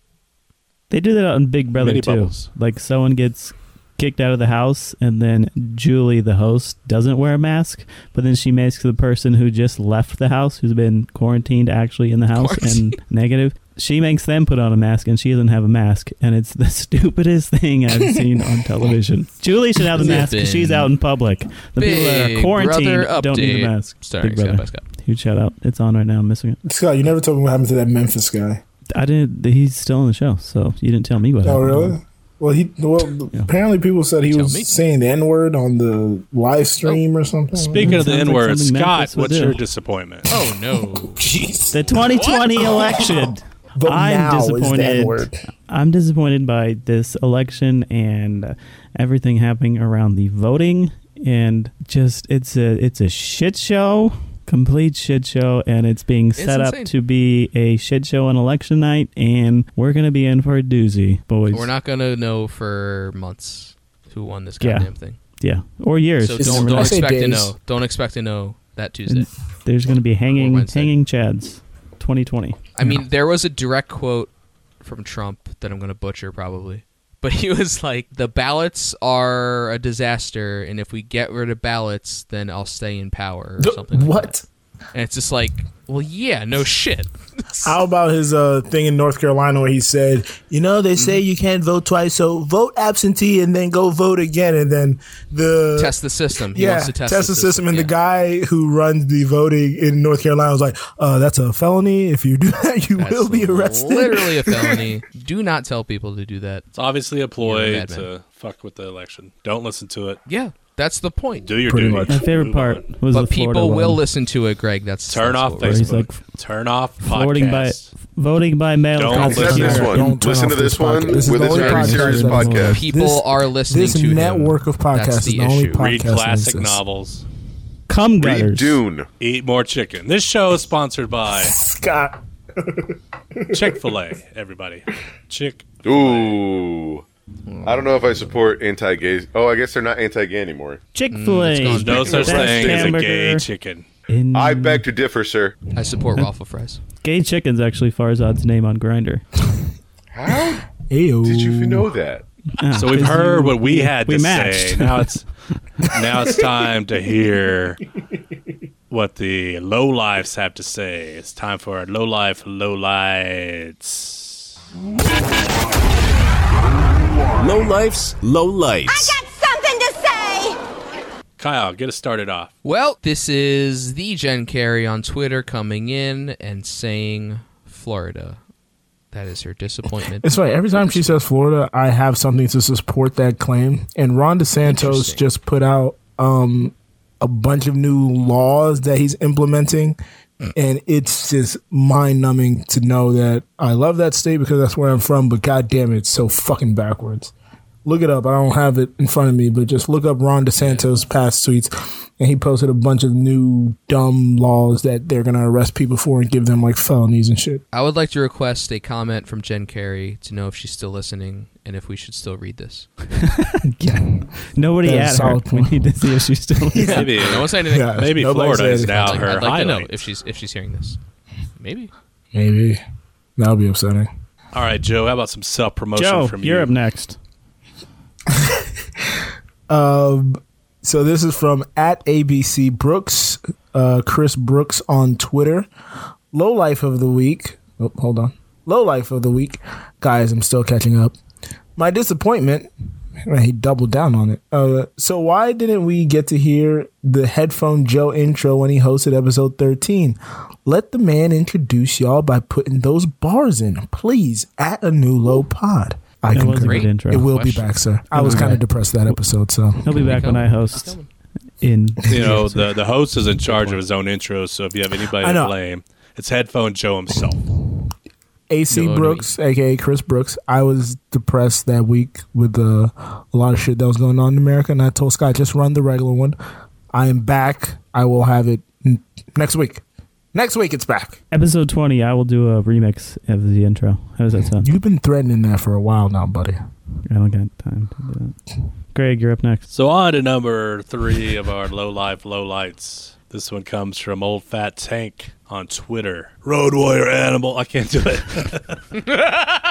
They do that on Big Brother Mini too. bubbles. Like someone gets kicked out of the house, and then Julie, the host, doesn't wear a mask, but then she makes the person who just left the house, who's been quarantined actually in the house and negative, she makes them put on a mask, and she doesn't have a mask, and it's the stupidest thing I've seen on television. Julie should have the mask because she's out in public. The people that are Big Brother quarantined don't need update. a mask. Starring Big Scott Brother. by Scott. Huge shout out! It's on right now. I'm missing it. Scott, you never told me what happened to that Memphis guy. I didn't. He's still on the show, so you didn't tell me what. Oh, happened. really? Well, he well Yeah. apparently people said he Tell was me. saying the n word on the live stream or something. Speaking of the Sounds N like word, something Scott, Memphis would what's do. your disappointment? Oh no! jeez, The 2020 election. But I'm now is the disappointed. N-word. I'm disappointed by this election and uh, everything happening around the voting and just it's a it's a shit show complete shit show, and it's being set insane. up to be a shit show on election night, and we're gonna be in for a doozy, boys. We're not gonna know for months who won this Yeah. goddamn thing. yeah, or years. So Don't don't, remember. don't I say expect to days. know. Don't expect to know that Tuesday. There's gonna be hanging Wednesday. hanging chads, 2020. I mean, there was a direct quote from Trump that I'm going to butcher probably. But he was like, the ballots are a disaster, and if we get rid of ballots, then I'll stay in power or something. like What? that. And it's just like, well, yeah, no shit. How about his uh, thing in North Carolina where he said, you know, they say you can't vote twice, so vote absentee and then go vote again, and then the Test the system. He yeah, wants to test, the system. And yeah. the guy who runs the voting in North Carolina was like, uh, that's a felony. If you do that, you That's will be arrested. Literally a felony. Do not tell people to do that. It's obviously a ploy You're a bad to fuck with the election. Don't listen to it. Yeah, that's the point. Do your Pretty duty. much. My favorite Move on. part was the But Florida people will one. listen to it, Greg. That's Turn that's off what we're- He's Facebook. like, Turn off voting by podcasts. voting by mail. Don't listen to Don't listen to this this one. Don't turn Listen off to this one podcast. This is with the this only very podcast serious that doesn't work. podcast. People This- are listening this to him. network of podcasts That's is the the only issue. podcast Read that classic exists. novels. Come Read gutters. Mm, Dune. Eat more chicken. This show is sponsored by Scott. Chick fil A, everybody. Chick. Ooh. I don't know if I support anti-gay. Oh, I guess they're not anti-gay anymore. Chick Fil it's A. gone No Best such thing as a gay hamburger chicken. in- I Mm. beg to differ, sir. I support waffle fries. Gay chicken's actually Farzad's name on Grinder. How Ew. did you know that? So we've heard what we had we to say. matched. Now it's now it's time to hear what the low lowlifes have to say. It's time for our low life lowlights. Low life's low lights. Something to say! Kyle, get us started off. Well, this is the Jen Carey on Twitter coming in and saying Florida. That is her disappointment. It's right. Every time she says Florida, I have something to support that claim. And Ron DeSantos Interesting. just put out um, a bunch of new laws that he's implementing. And it's just mind numbing to know that I love that state because that's where I'm from, but god damn it, it's so fucking backwards. Look it up. I don't have it in front of me, but just look up Ron DeSantos' past tweets. And he posted a bunch of new dumb laws that they're going to arrest people for and give them like felonies and shit. I would like to request a comment from Jen Carey to know if she's still listening and if we should still read this. Nobody That's at her. solid We point. need to see if she's still. Maybe No one said anything. Yeah. maybe Nobody Florida said is anything. now I'd, her I'd like to know highlight. if she's if she's hearing this. Maybe. Maybe. That would be upsetting. All right, Joe, how about some self promotion Joe, from you? you're up next. So this is from at ABC Brooks, uh, Chris Brooks on Twitter. Low life of the week. Oh, hold on. Low life of the week, guys. I'm still catching up. My disappointment. Man, he doubled down on it. Uh, so why didn't we get to hear the headphone Joe intro when he hosted episode 13? Let the man introduce y'all by putting those bars in, please. At a new low pod. I That was a concur. good intro. It will Question. be back, sir. I was kind of depressed that episode, so. He'll be back when I host coming. in. You know, the, the host is in charge of his own intro, so if you have anybody I to know. blame, it's headphone Joe himself. AC No, no, Brooks, aka Chris Brooks. I was depressed that week with uh, a lot of shit that was going on in America, and I told Scott just run the regular one. I am back. I will have it n- next week. Next week it's back. Episode 20, I will do a remix of the intro. How does that sound? You've been threatening that for a while now, buddy. I don't got time to do that. Greg, you're up next. So on to number three of our low life low lights. This one comes from old fat tank on Twitter. Road warrior animal. I can't do it.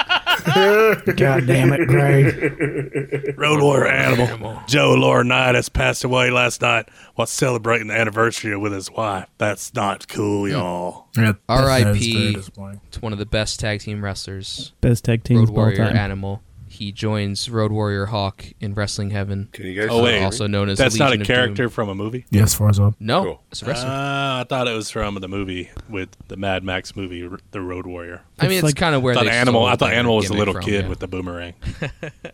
God damn it, Greg. Road warrior animal. Joe Laurinaitis passed away last night while celebrating the anniversary with his wife. That's not cool, Hmm. y'all. R.I.P.. very disappointing. It's one of the best tag team wrestlers. Best tag teams Road of all Warrior time. Animal. He joins Road Warrior Hawk in Wrestling Heaven. Can you guys? Oh wait, also known as that's the not a Legion of Doom. character from a movie. Yes, Farzad. No, Cool. it's a wrestler. Uh, Ah, I thought it was from the movie with the Mad Max movie, R- The Road Warrior. I mean, It's it's, like- kind of where I thought they animal. stole I thought that animal was a gimmick little from, kid yeah. with the boomerang.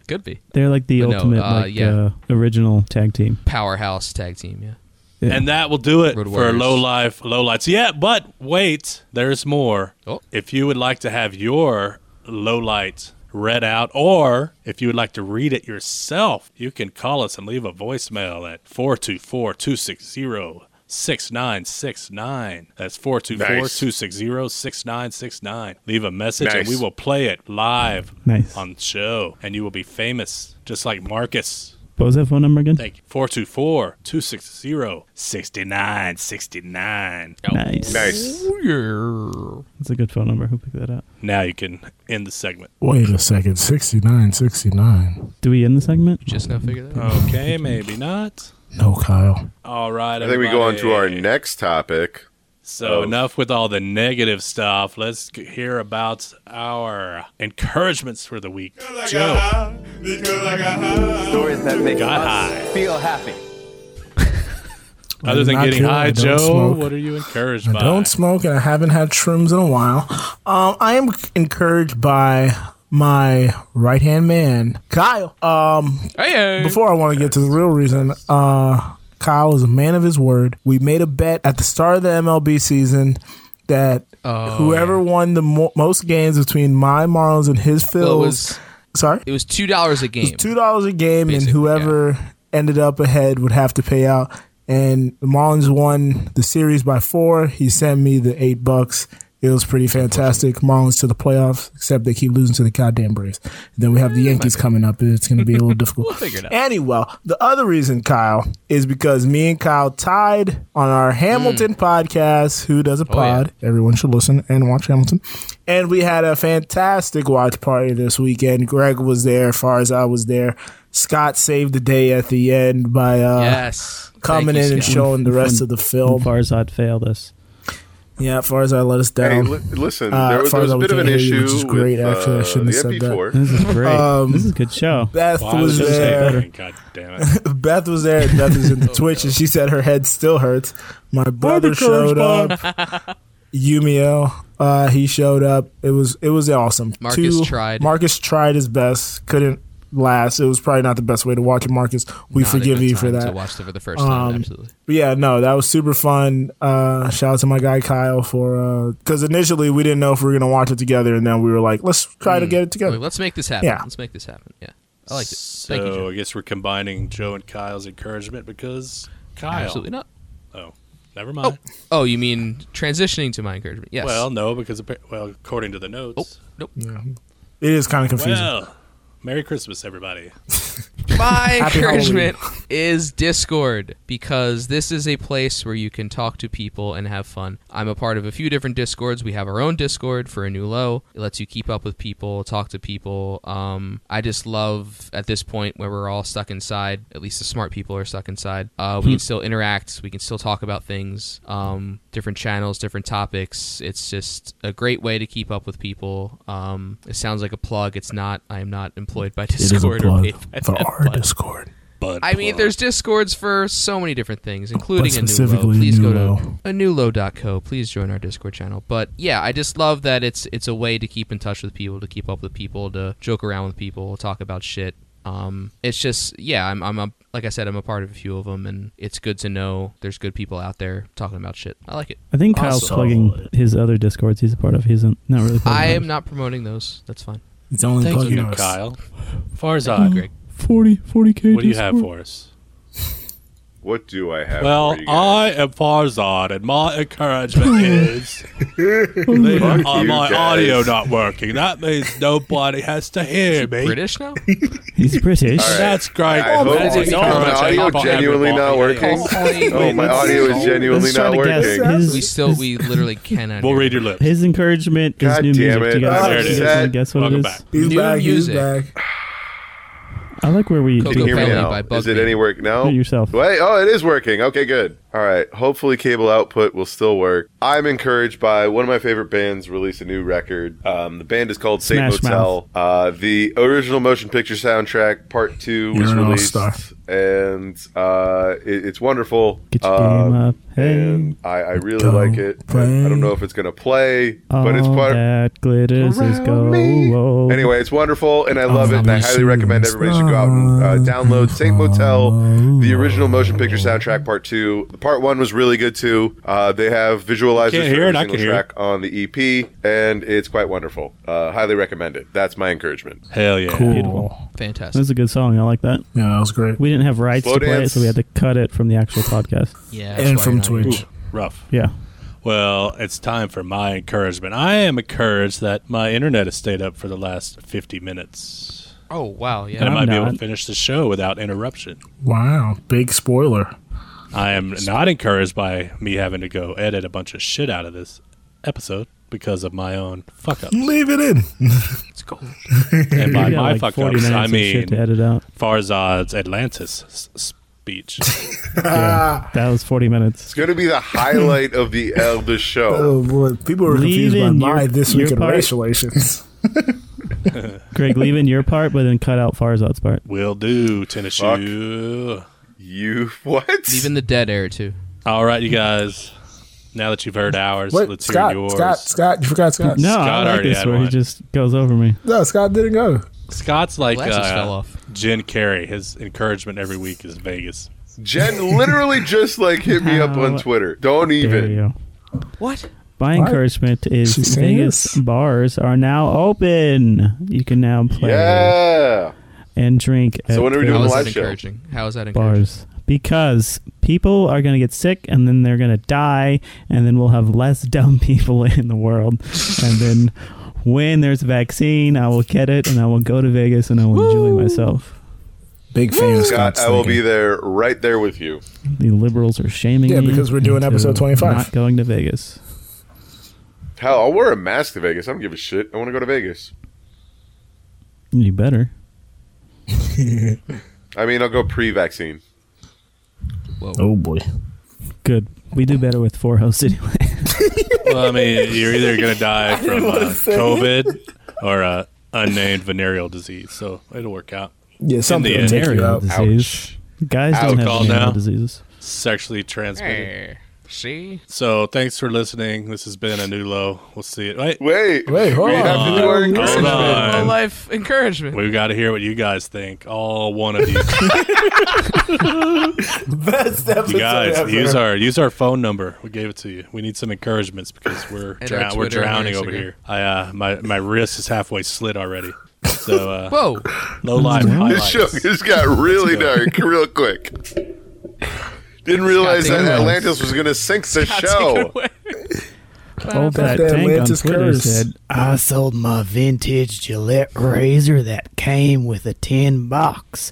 could be They're like the But no, ultimate uh, like yeah. uh, original tag team. powerhouse tag team. Yeah. Yeah. And that will do it Road for Warriors. low life, low lights. Yeah, but wait, there's more. Oh. If you would like to have your low light read out, or if you would like to read it yourself, you can call us and leave a voicemail at 424 260 6969. That's 424 Nice. 260 6969. Leave a message and Nice. we will play it live Nice. on the show. And you will be famous, just like Marcus. What was that phone number again? Thank you. 424 260 6969. Nice. Nice. That's a good phone number. Who picked that up? Now you can end the segment. Wait a second. 69, 69. Do we end the segment? Just now figured Oh. that out. Okay, maybe not. No, Kyle. All right. I think we go on to our everybody. next topic. So Oh. enough with all the negative stuff. Let's g- hear about our encouragements for the week. Joe Stories that make got us high. feel happy. Other than Not getting true. I high, don't Joe, smoke. what are you encouraged by? I don't smoke and I haven't had shrooms in a while. Um, I am encouraged by my right hand man, Kyle. Um, Hey, hey. before I want to get to the real reason, uh, Kyle is a man of his word. We made a bet at the start of the MLB season that whoever won the mo- most games between my Marlins and his Phils. Well, it was sorry, it was two dollars a game. two dollars a game, and Basically, whoever ended up ahead would have to pay out. And the Marlins won the series by four. He sent me the eight bucks. It was pretty fantastic. Marlins to the playoffs, except they keep losing to the goddamn Braves. And then we have the Yankees coming up. It's going to be a little difficult. we'll figure it out. Anyway, the other reason, Kyle, is because me and Kyle tied on our Hamilton podcast, Who Does a Hmm. Oh, yeah. Pod. Everyone should listen and watch Hamilton. And we had a fantastic watch party this weekend. Greg was there, far as I was there. Scott saved the day at the end by uh, yes, coming Thank you, in and Scott. showing the rest Fun- of the Oh, film. Farzad failed us. Yeah, far as I let us down. Hey, li- listen, Uh, there was, there Farzad, was a we bit of an can't hear you, issue which is great, with actually. I uh, shouldn't have the said that. MP4. This is great. Um, this is a good show. Beth Why was this there. happening? God damn it. Beth was there. and Beth was in the Oh, Twitch, and she said her head still hurts. My brother showed up. Yumio, uh, he showed up. It was it was awesome. Marcus tried. Marcus tried his best. Couldn't last. It was probably not the best way to watch it. Marcus, we Not a forgive good you for time To that. watch it for the first time, Um, absolutely. But yeah, no, that was super fun. Uh, shout out to my guy Kyle for because initially we didn't know if we were gonna watch it together, and then we were like, let's try to get it Hmm. Like, together. let's make this happen. Yeah. Let's make this happen. Yeah, I like it. So Thank you. Joe. I guess we're combining Joe and Kyle's encouragement because Kyle. Absolutely not. Oh, never mind. Oh, you mean transitioning to my encouragement? Yes. Well, no, because appa- well, according to the notes. nope. It is kind of confusing. well, Merry Christmas, everybody. My Happy encouragement is Discord because this is a place where you can talk to people and have fun. I'm a part of a few different Discords. We have our own Discord for a new low. It lets you keep up with people, talk to people. Um, I just love at this point where we're all stuck inside. At least the smart people are stuck inside. Uh, Hmm. we can still interact. We can still talk about things, um, different channels, different topics. It's just a great way to keep up with people. Um, it sounds like a plug. It's not. I am not employed by It is a Discord or plug paid by for them, our but- Discord. But I mean, there's discords for so many different things, including a new low. specifically Please go Nulo. to anulo.co. Please join our Discord channel. But yeah, I just love that it's it's a way to keep in touch with people, to keep up with people, to joke around with people, talk about shit. Um, it's just yeah, I'm I'm a, like I said, I'm a part of a few of them, and it's good to know there's good people out there talking about shit. I like it. I think Kyle's Also- plugging his other discords he's a part of. He's not really. plugging I ours. am not promoting those. That's fine. It's only Thank plugging you, us. Kyle. Farzad, Greg. 40 40k. what do you have for us? What do I have? Well, for you guys? I am Farzad, and my encouragement is Fuck uh, you my guys. audio not working. That means nobody has to hear me. British now? He's British. All right. That's great. I hope That is encouraging. it's not- my audio Everybody. genuinely not working. Oh, Wait, my let's- audio is genuinely Let's try not to guess. working. His, we still his, we literally cannot. We'll hear read you. your lips. his encouragement is God new damn music. it. Do you I'm guys, do you guys upset. want to guess what Welcome it is? back. He's New back. music. He's back. I like where we. Coco Can you hear me Pelly now? by Is it Bugman. any work now? Do it yourself. Wait, oh, it is working. Okay, good. All right. Hopefully, cable output will still work. I'm encouraged by one of my favorite bands release a new record. Um, the band is called Saint Smash Motel. Uh, the original motion picture soundtrack part 2 was You're an released, all-star. and uh, it, it's wonderful. Get your Um, game up. Hey. and I, I really Go like it. I don't know if it's gonna play, but it's All part. that glitters is Around me. gold. Anyway, it's wonderful, and I love it, and I highly recommend everybody should go out and uh, download Saint Motel, the original motion picture soundtrack part two. The Part one was really good too. Uh, they have visualizers Can't for hear it, every I single can hear track on the EP, and it's quite wonderful. Uh, highly recommend it. That's my encouragement. Hell yeah. Cool. Fantastic. That's a good song. I like that. Yeah, that was great. We didn't have rights Slow to play it, dance. so we had to cut it from the actual podcast. yeah. that's And why from you're not here. Twitch. Rough. Yeah. Well, it's time for my encouragement. I am encouraged that my internet has stayed up for the last 50 minutes. Oh wow. And Yeah. I I'm might be able to not. finish the show without interruption. Wow, big spoiler. I am not encouraged by me having to go edit a bunch of shit out of this episode because of my own fuck ups. Leave it in. It's cool. and by We got my like fuck 40 ups, minutes I of shit to mean edit out. Farzad's Atlantis s- speech. Ah. Yeah, that was 40 minutes. It's going to be the highlight of the Elder show. Oh boy, people were Leave confused by in my your- this your week in part. race relations. Greg, leave in your part, but then cut out Farzad's part. Will do, Tennessee. You what? Even the dead air too. All right, you guys. Now that you've heard ours, What? let's Scott, hear yours. Scott, Scott, you forgot Scott. No, Scott I like already this had where he one. just goes over me. No, Scott didn't go. Scott's like Glasses uh, fell off. Jen Carey. His encouragement every week is Vegas. Jen literally just like hit me up on How Twitter. Don't There you even. go. What? My What? encouragement is She's saying Vegas yes. bars are now open. You can now play Yeah. and drink at So when are we How doing the is Vegas live that show. encouraging? How is that encouraging? bars because people are going to get sick and then they're going to die and then we'll have less dumb people in the world and then when there's a vaccine I will get it and I will go to Vegas and I will enjoy myself. Big fan of Scott, Scott's I will thinking. be there right there with you. The liberals are shaming Yeah, me because we're doing into episode 25. Not going to Vegas. Hell, I'll wear a mask to Vegas. I don't give a shit. I want to go to Vegas. You better. I mean, I'll go pre-vaccine. Oh boy. Good. We do better with four hosts anyway. Well, I mean, you're either gonna die from uh, COVID or uh, unnamed venereal disease, so it'll work out. Yeah, something the will take you venereal out. disease. Guys Out don't have call venereal now. diseases. Sexually transmitted. Eh, See. So thanks for listening. This has been a new low. We'll see it. Wait, Wait. Wait, hold we on. have to do Hold our hold encouragement. All on. life encouragement. We've got to hear what you guys think. All one of you. Best episode You guys, use our use our phone number. We gave it to you. We need some encouragements because we're And drow- our we're Twitter and drowning our over Instagram. here. I uh, my my wrist is halfway slit already. So uh, Whoa. low life This show highlights. just got really dark real quick. Didn't realize take that it away. Atlantis was going to sink the show. Oh, that the tank on Atlantis Twitter curse. said, I sold my vintage Gillette razor that came with a tin box.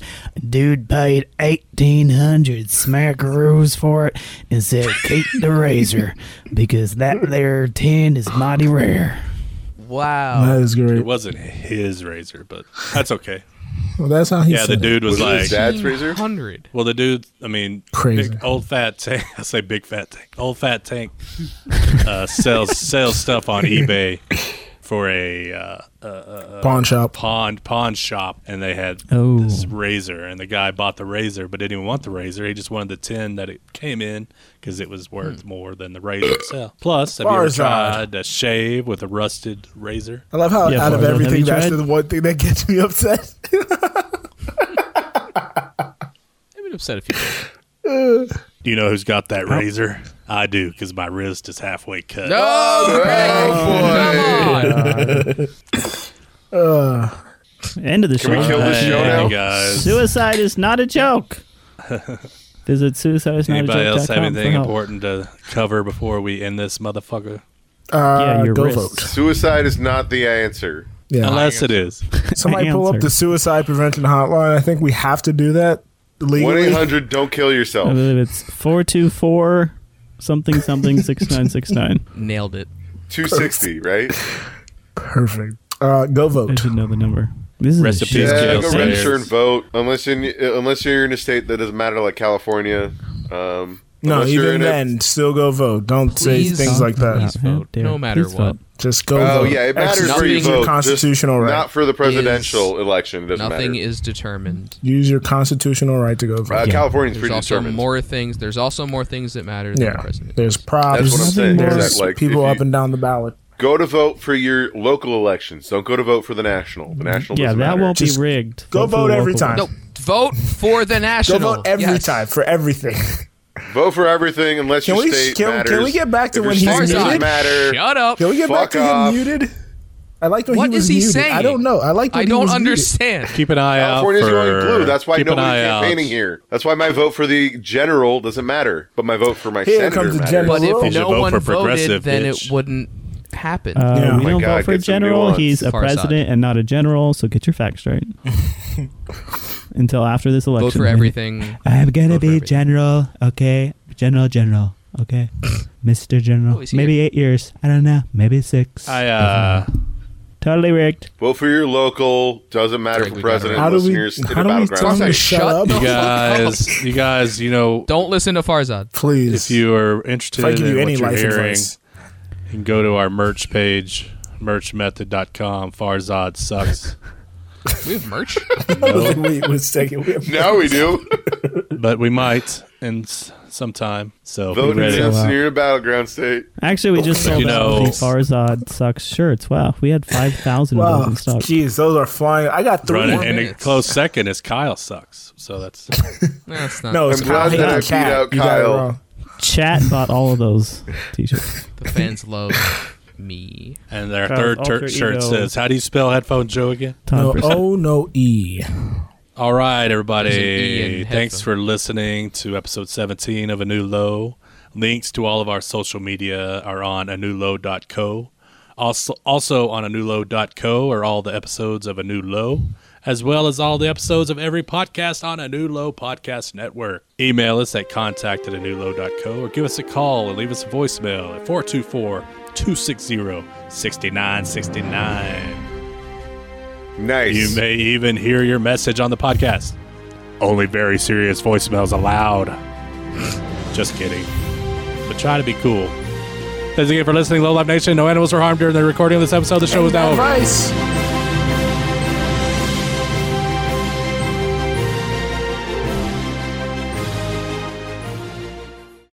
Dude paid eighteen hundred smackaroos for it and said, keep the razor because that there tin is mighty rare. Wow. That is It great. wasn't his razor, but that's okay. Well, that's how he Yeah, the said it. dude was Was it his like, dad's razor? Hundred. well, the dude. I mean, Crazy. big- old fat tank. I say big fat tank. Old fat tank uh, sells sells stuff on eBay for a. Uh, Pawn shop. pawn pawn shop and they had Oh. this razor and the guy bought the razor but didn't even want the razor he just wanted the tin that it came in because it was worth more than the razor itself plus have you ever Barzai. tried to shave with a rusted razor I love how Yeah, out of Farzad, have everything, you that's tried- the one thing that gets me upset. I've been upset a few times. do you know who's got that razor i do because my wrist is halfway cut Oh, End of the Uh, Can we kill this show hey now? guys Suicide is not a joke. Visit suicideisnotajoke.com anybody else have for anything help. important to cover before we end this motherfucker Uh, Yeah, your go wrist. vote. Suicide is not the answer. Yeah. unless it is Somebody I pull up answered. the suicide prevention hotline. I think we have to do that One legally. eight hundred. Don't kill I yourself. believe it's 424 something something 6969. Nailed it. Two sixty. Right. Perfect. Uh, go I vote. should know the number. This is Rest a in shit peace, Yeah, jail go cells. register and vote. Unless you unless you're in a state that doesn't matter, like California. Um, No, unless you're even in a- then, still go vote. Don't Please say things like please that. How vote, dare- no matter please what. vote. Just go Oh vote. yeah, it matters Exercise Nothing where you is vote. your just constitutional right. Not for the presidential election. It doesn't Nothing matter. is determined. Use your constitutional right to go vote. Uh, California's There's pretty also determined. more things. There's also more things that matter than the yeah. president. There's props. That's what I'm saying. There's There's that, like, people if up you- and down the ballot. Go to vote for your local elections. Don't go to vote for the national. The national. Yeah, doesn't that matter. won't Just be rigged. Uh, go Vote for vote the every local time. No, vote for the Go national. vote every Yes. time for everything. Vote for everything unless Can your we- state can- can matters. we get back to If when your he's state doesn't muted? Matter. Shut up. Can we get Fuck back to off. him muted? I like when What he was is he muted. saying? I don't know. I like. When I he don't was muted. understand. Keep an eye California's out for going blue. That's why keep an nobody's eye out. campaigning here. That's why my vote for the general doesn't matter, but my vote for my Here senator comes the matters. general. But if They should no vote one for voted, progressive, then bitch. it wouldn't happen. Uh, Yeah. Oh we my don't God, vote for a get some general. nuance. He's a Far side. president and not a general, so get your facts straight. Until after this election. vote for everything. I'm gonna Vote for be everything. general, okay? General, general, okay? Mr. General. Oh, he's Maybe here. eight years. I don't know. Maybe six. I uh, totally rigged. Vote for your local. Doesn't matter Right, for we got president. it. How do Listen we- to your state how do we tell battleground. him state. to shut up? the you fuck up. guys, you guys, you know, Don't listen to Farzad. Please, if you are interested if I give in you what any you're life hearing, advice, you can go to our merch page, merchmethod.com. Farzad sucks, We have merch. wait one second. We have- Now we do. but we might in s- sometime. So be Vote ready. against Wow. your background state. Actually, we just But sold you out know- the Farzad sucks shirts. Wow, we had five thousand of Wow, those in stock. jeez, those are flying. I got three. Running Four in a minutes. close second is Kyle sucks. So that's That's not No, it's I'm Kyle glad that I Hayden beat Cat. out You got it Kyle. wrong. Chat bought all of those t-shirts. the fans love me. and their Kyle's third alter tur shirt ego. says, "How do you spell headphone Joe again?" No 10%. O, no E. All right, There's an E everybody. in Thanks headphone. for listening to episode 17 of A New Low. Links to all of our social media are on anewlow.co. Also, also on anewlow.co are all the episodes of A New Low, as well as all the episodes of every podcast on A New Low Podcast Network. Email us at contact at anewlow.co or give us a call and leave us a voicemail at 424 260 6969. Nice. You may even hear your message on the podcast. Only very serious voicemails allowed. Just kidding. But try to be cool. Thanks again for listening, Low Life Nation. No animals were harmed during the recording of this episode. The show is now over. Advice.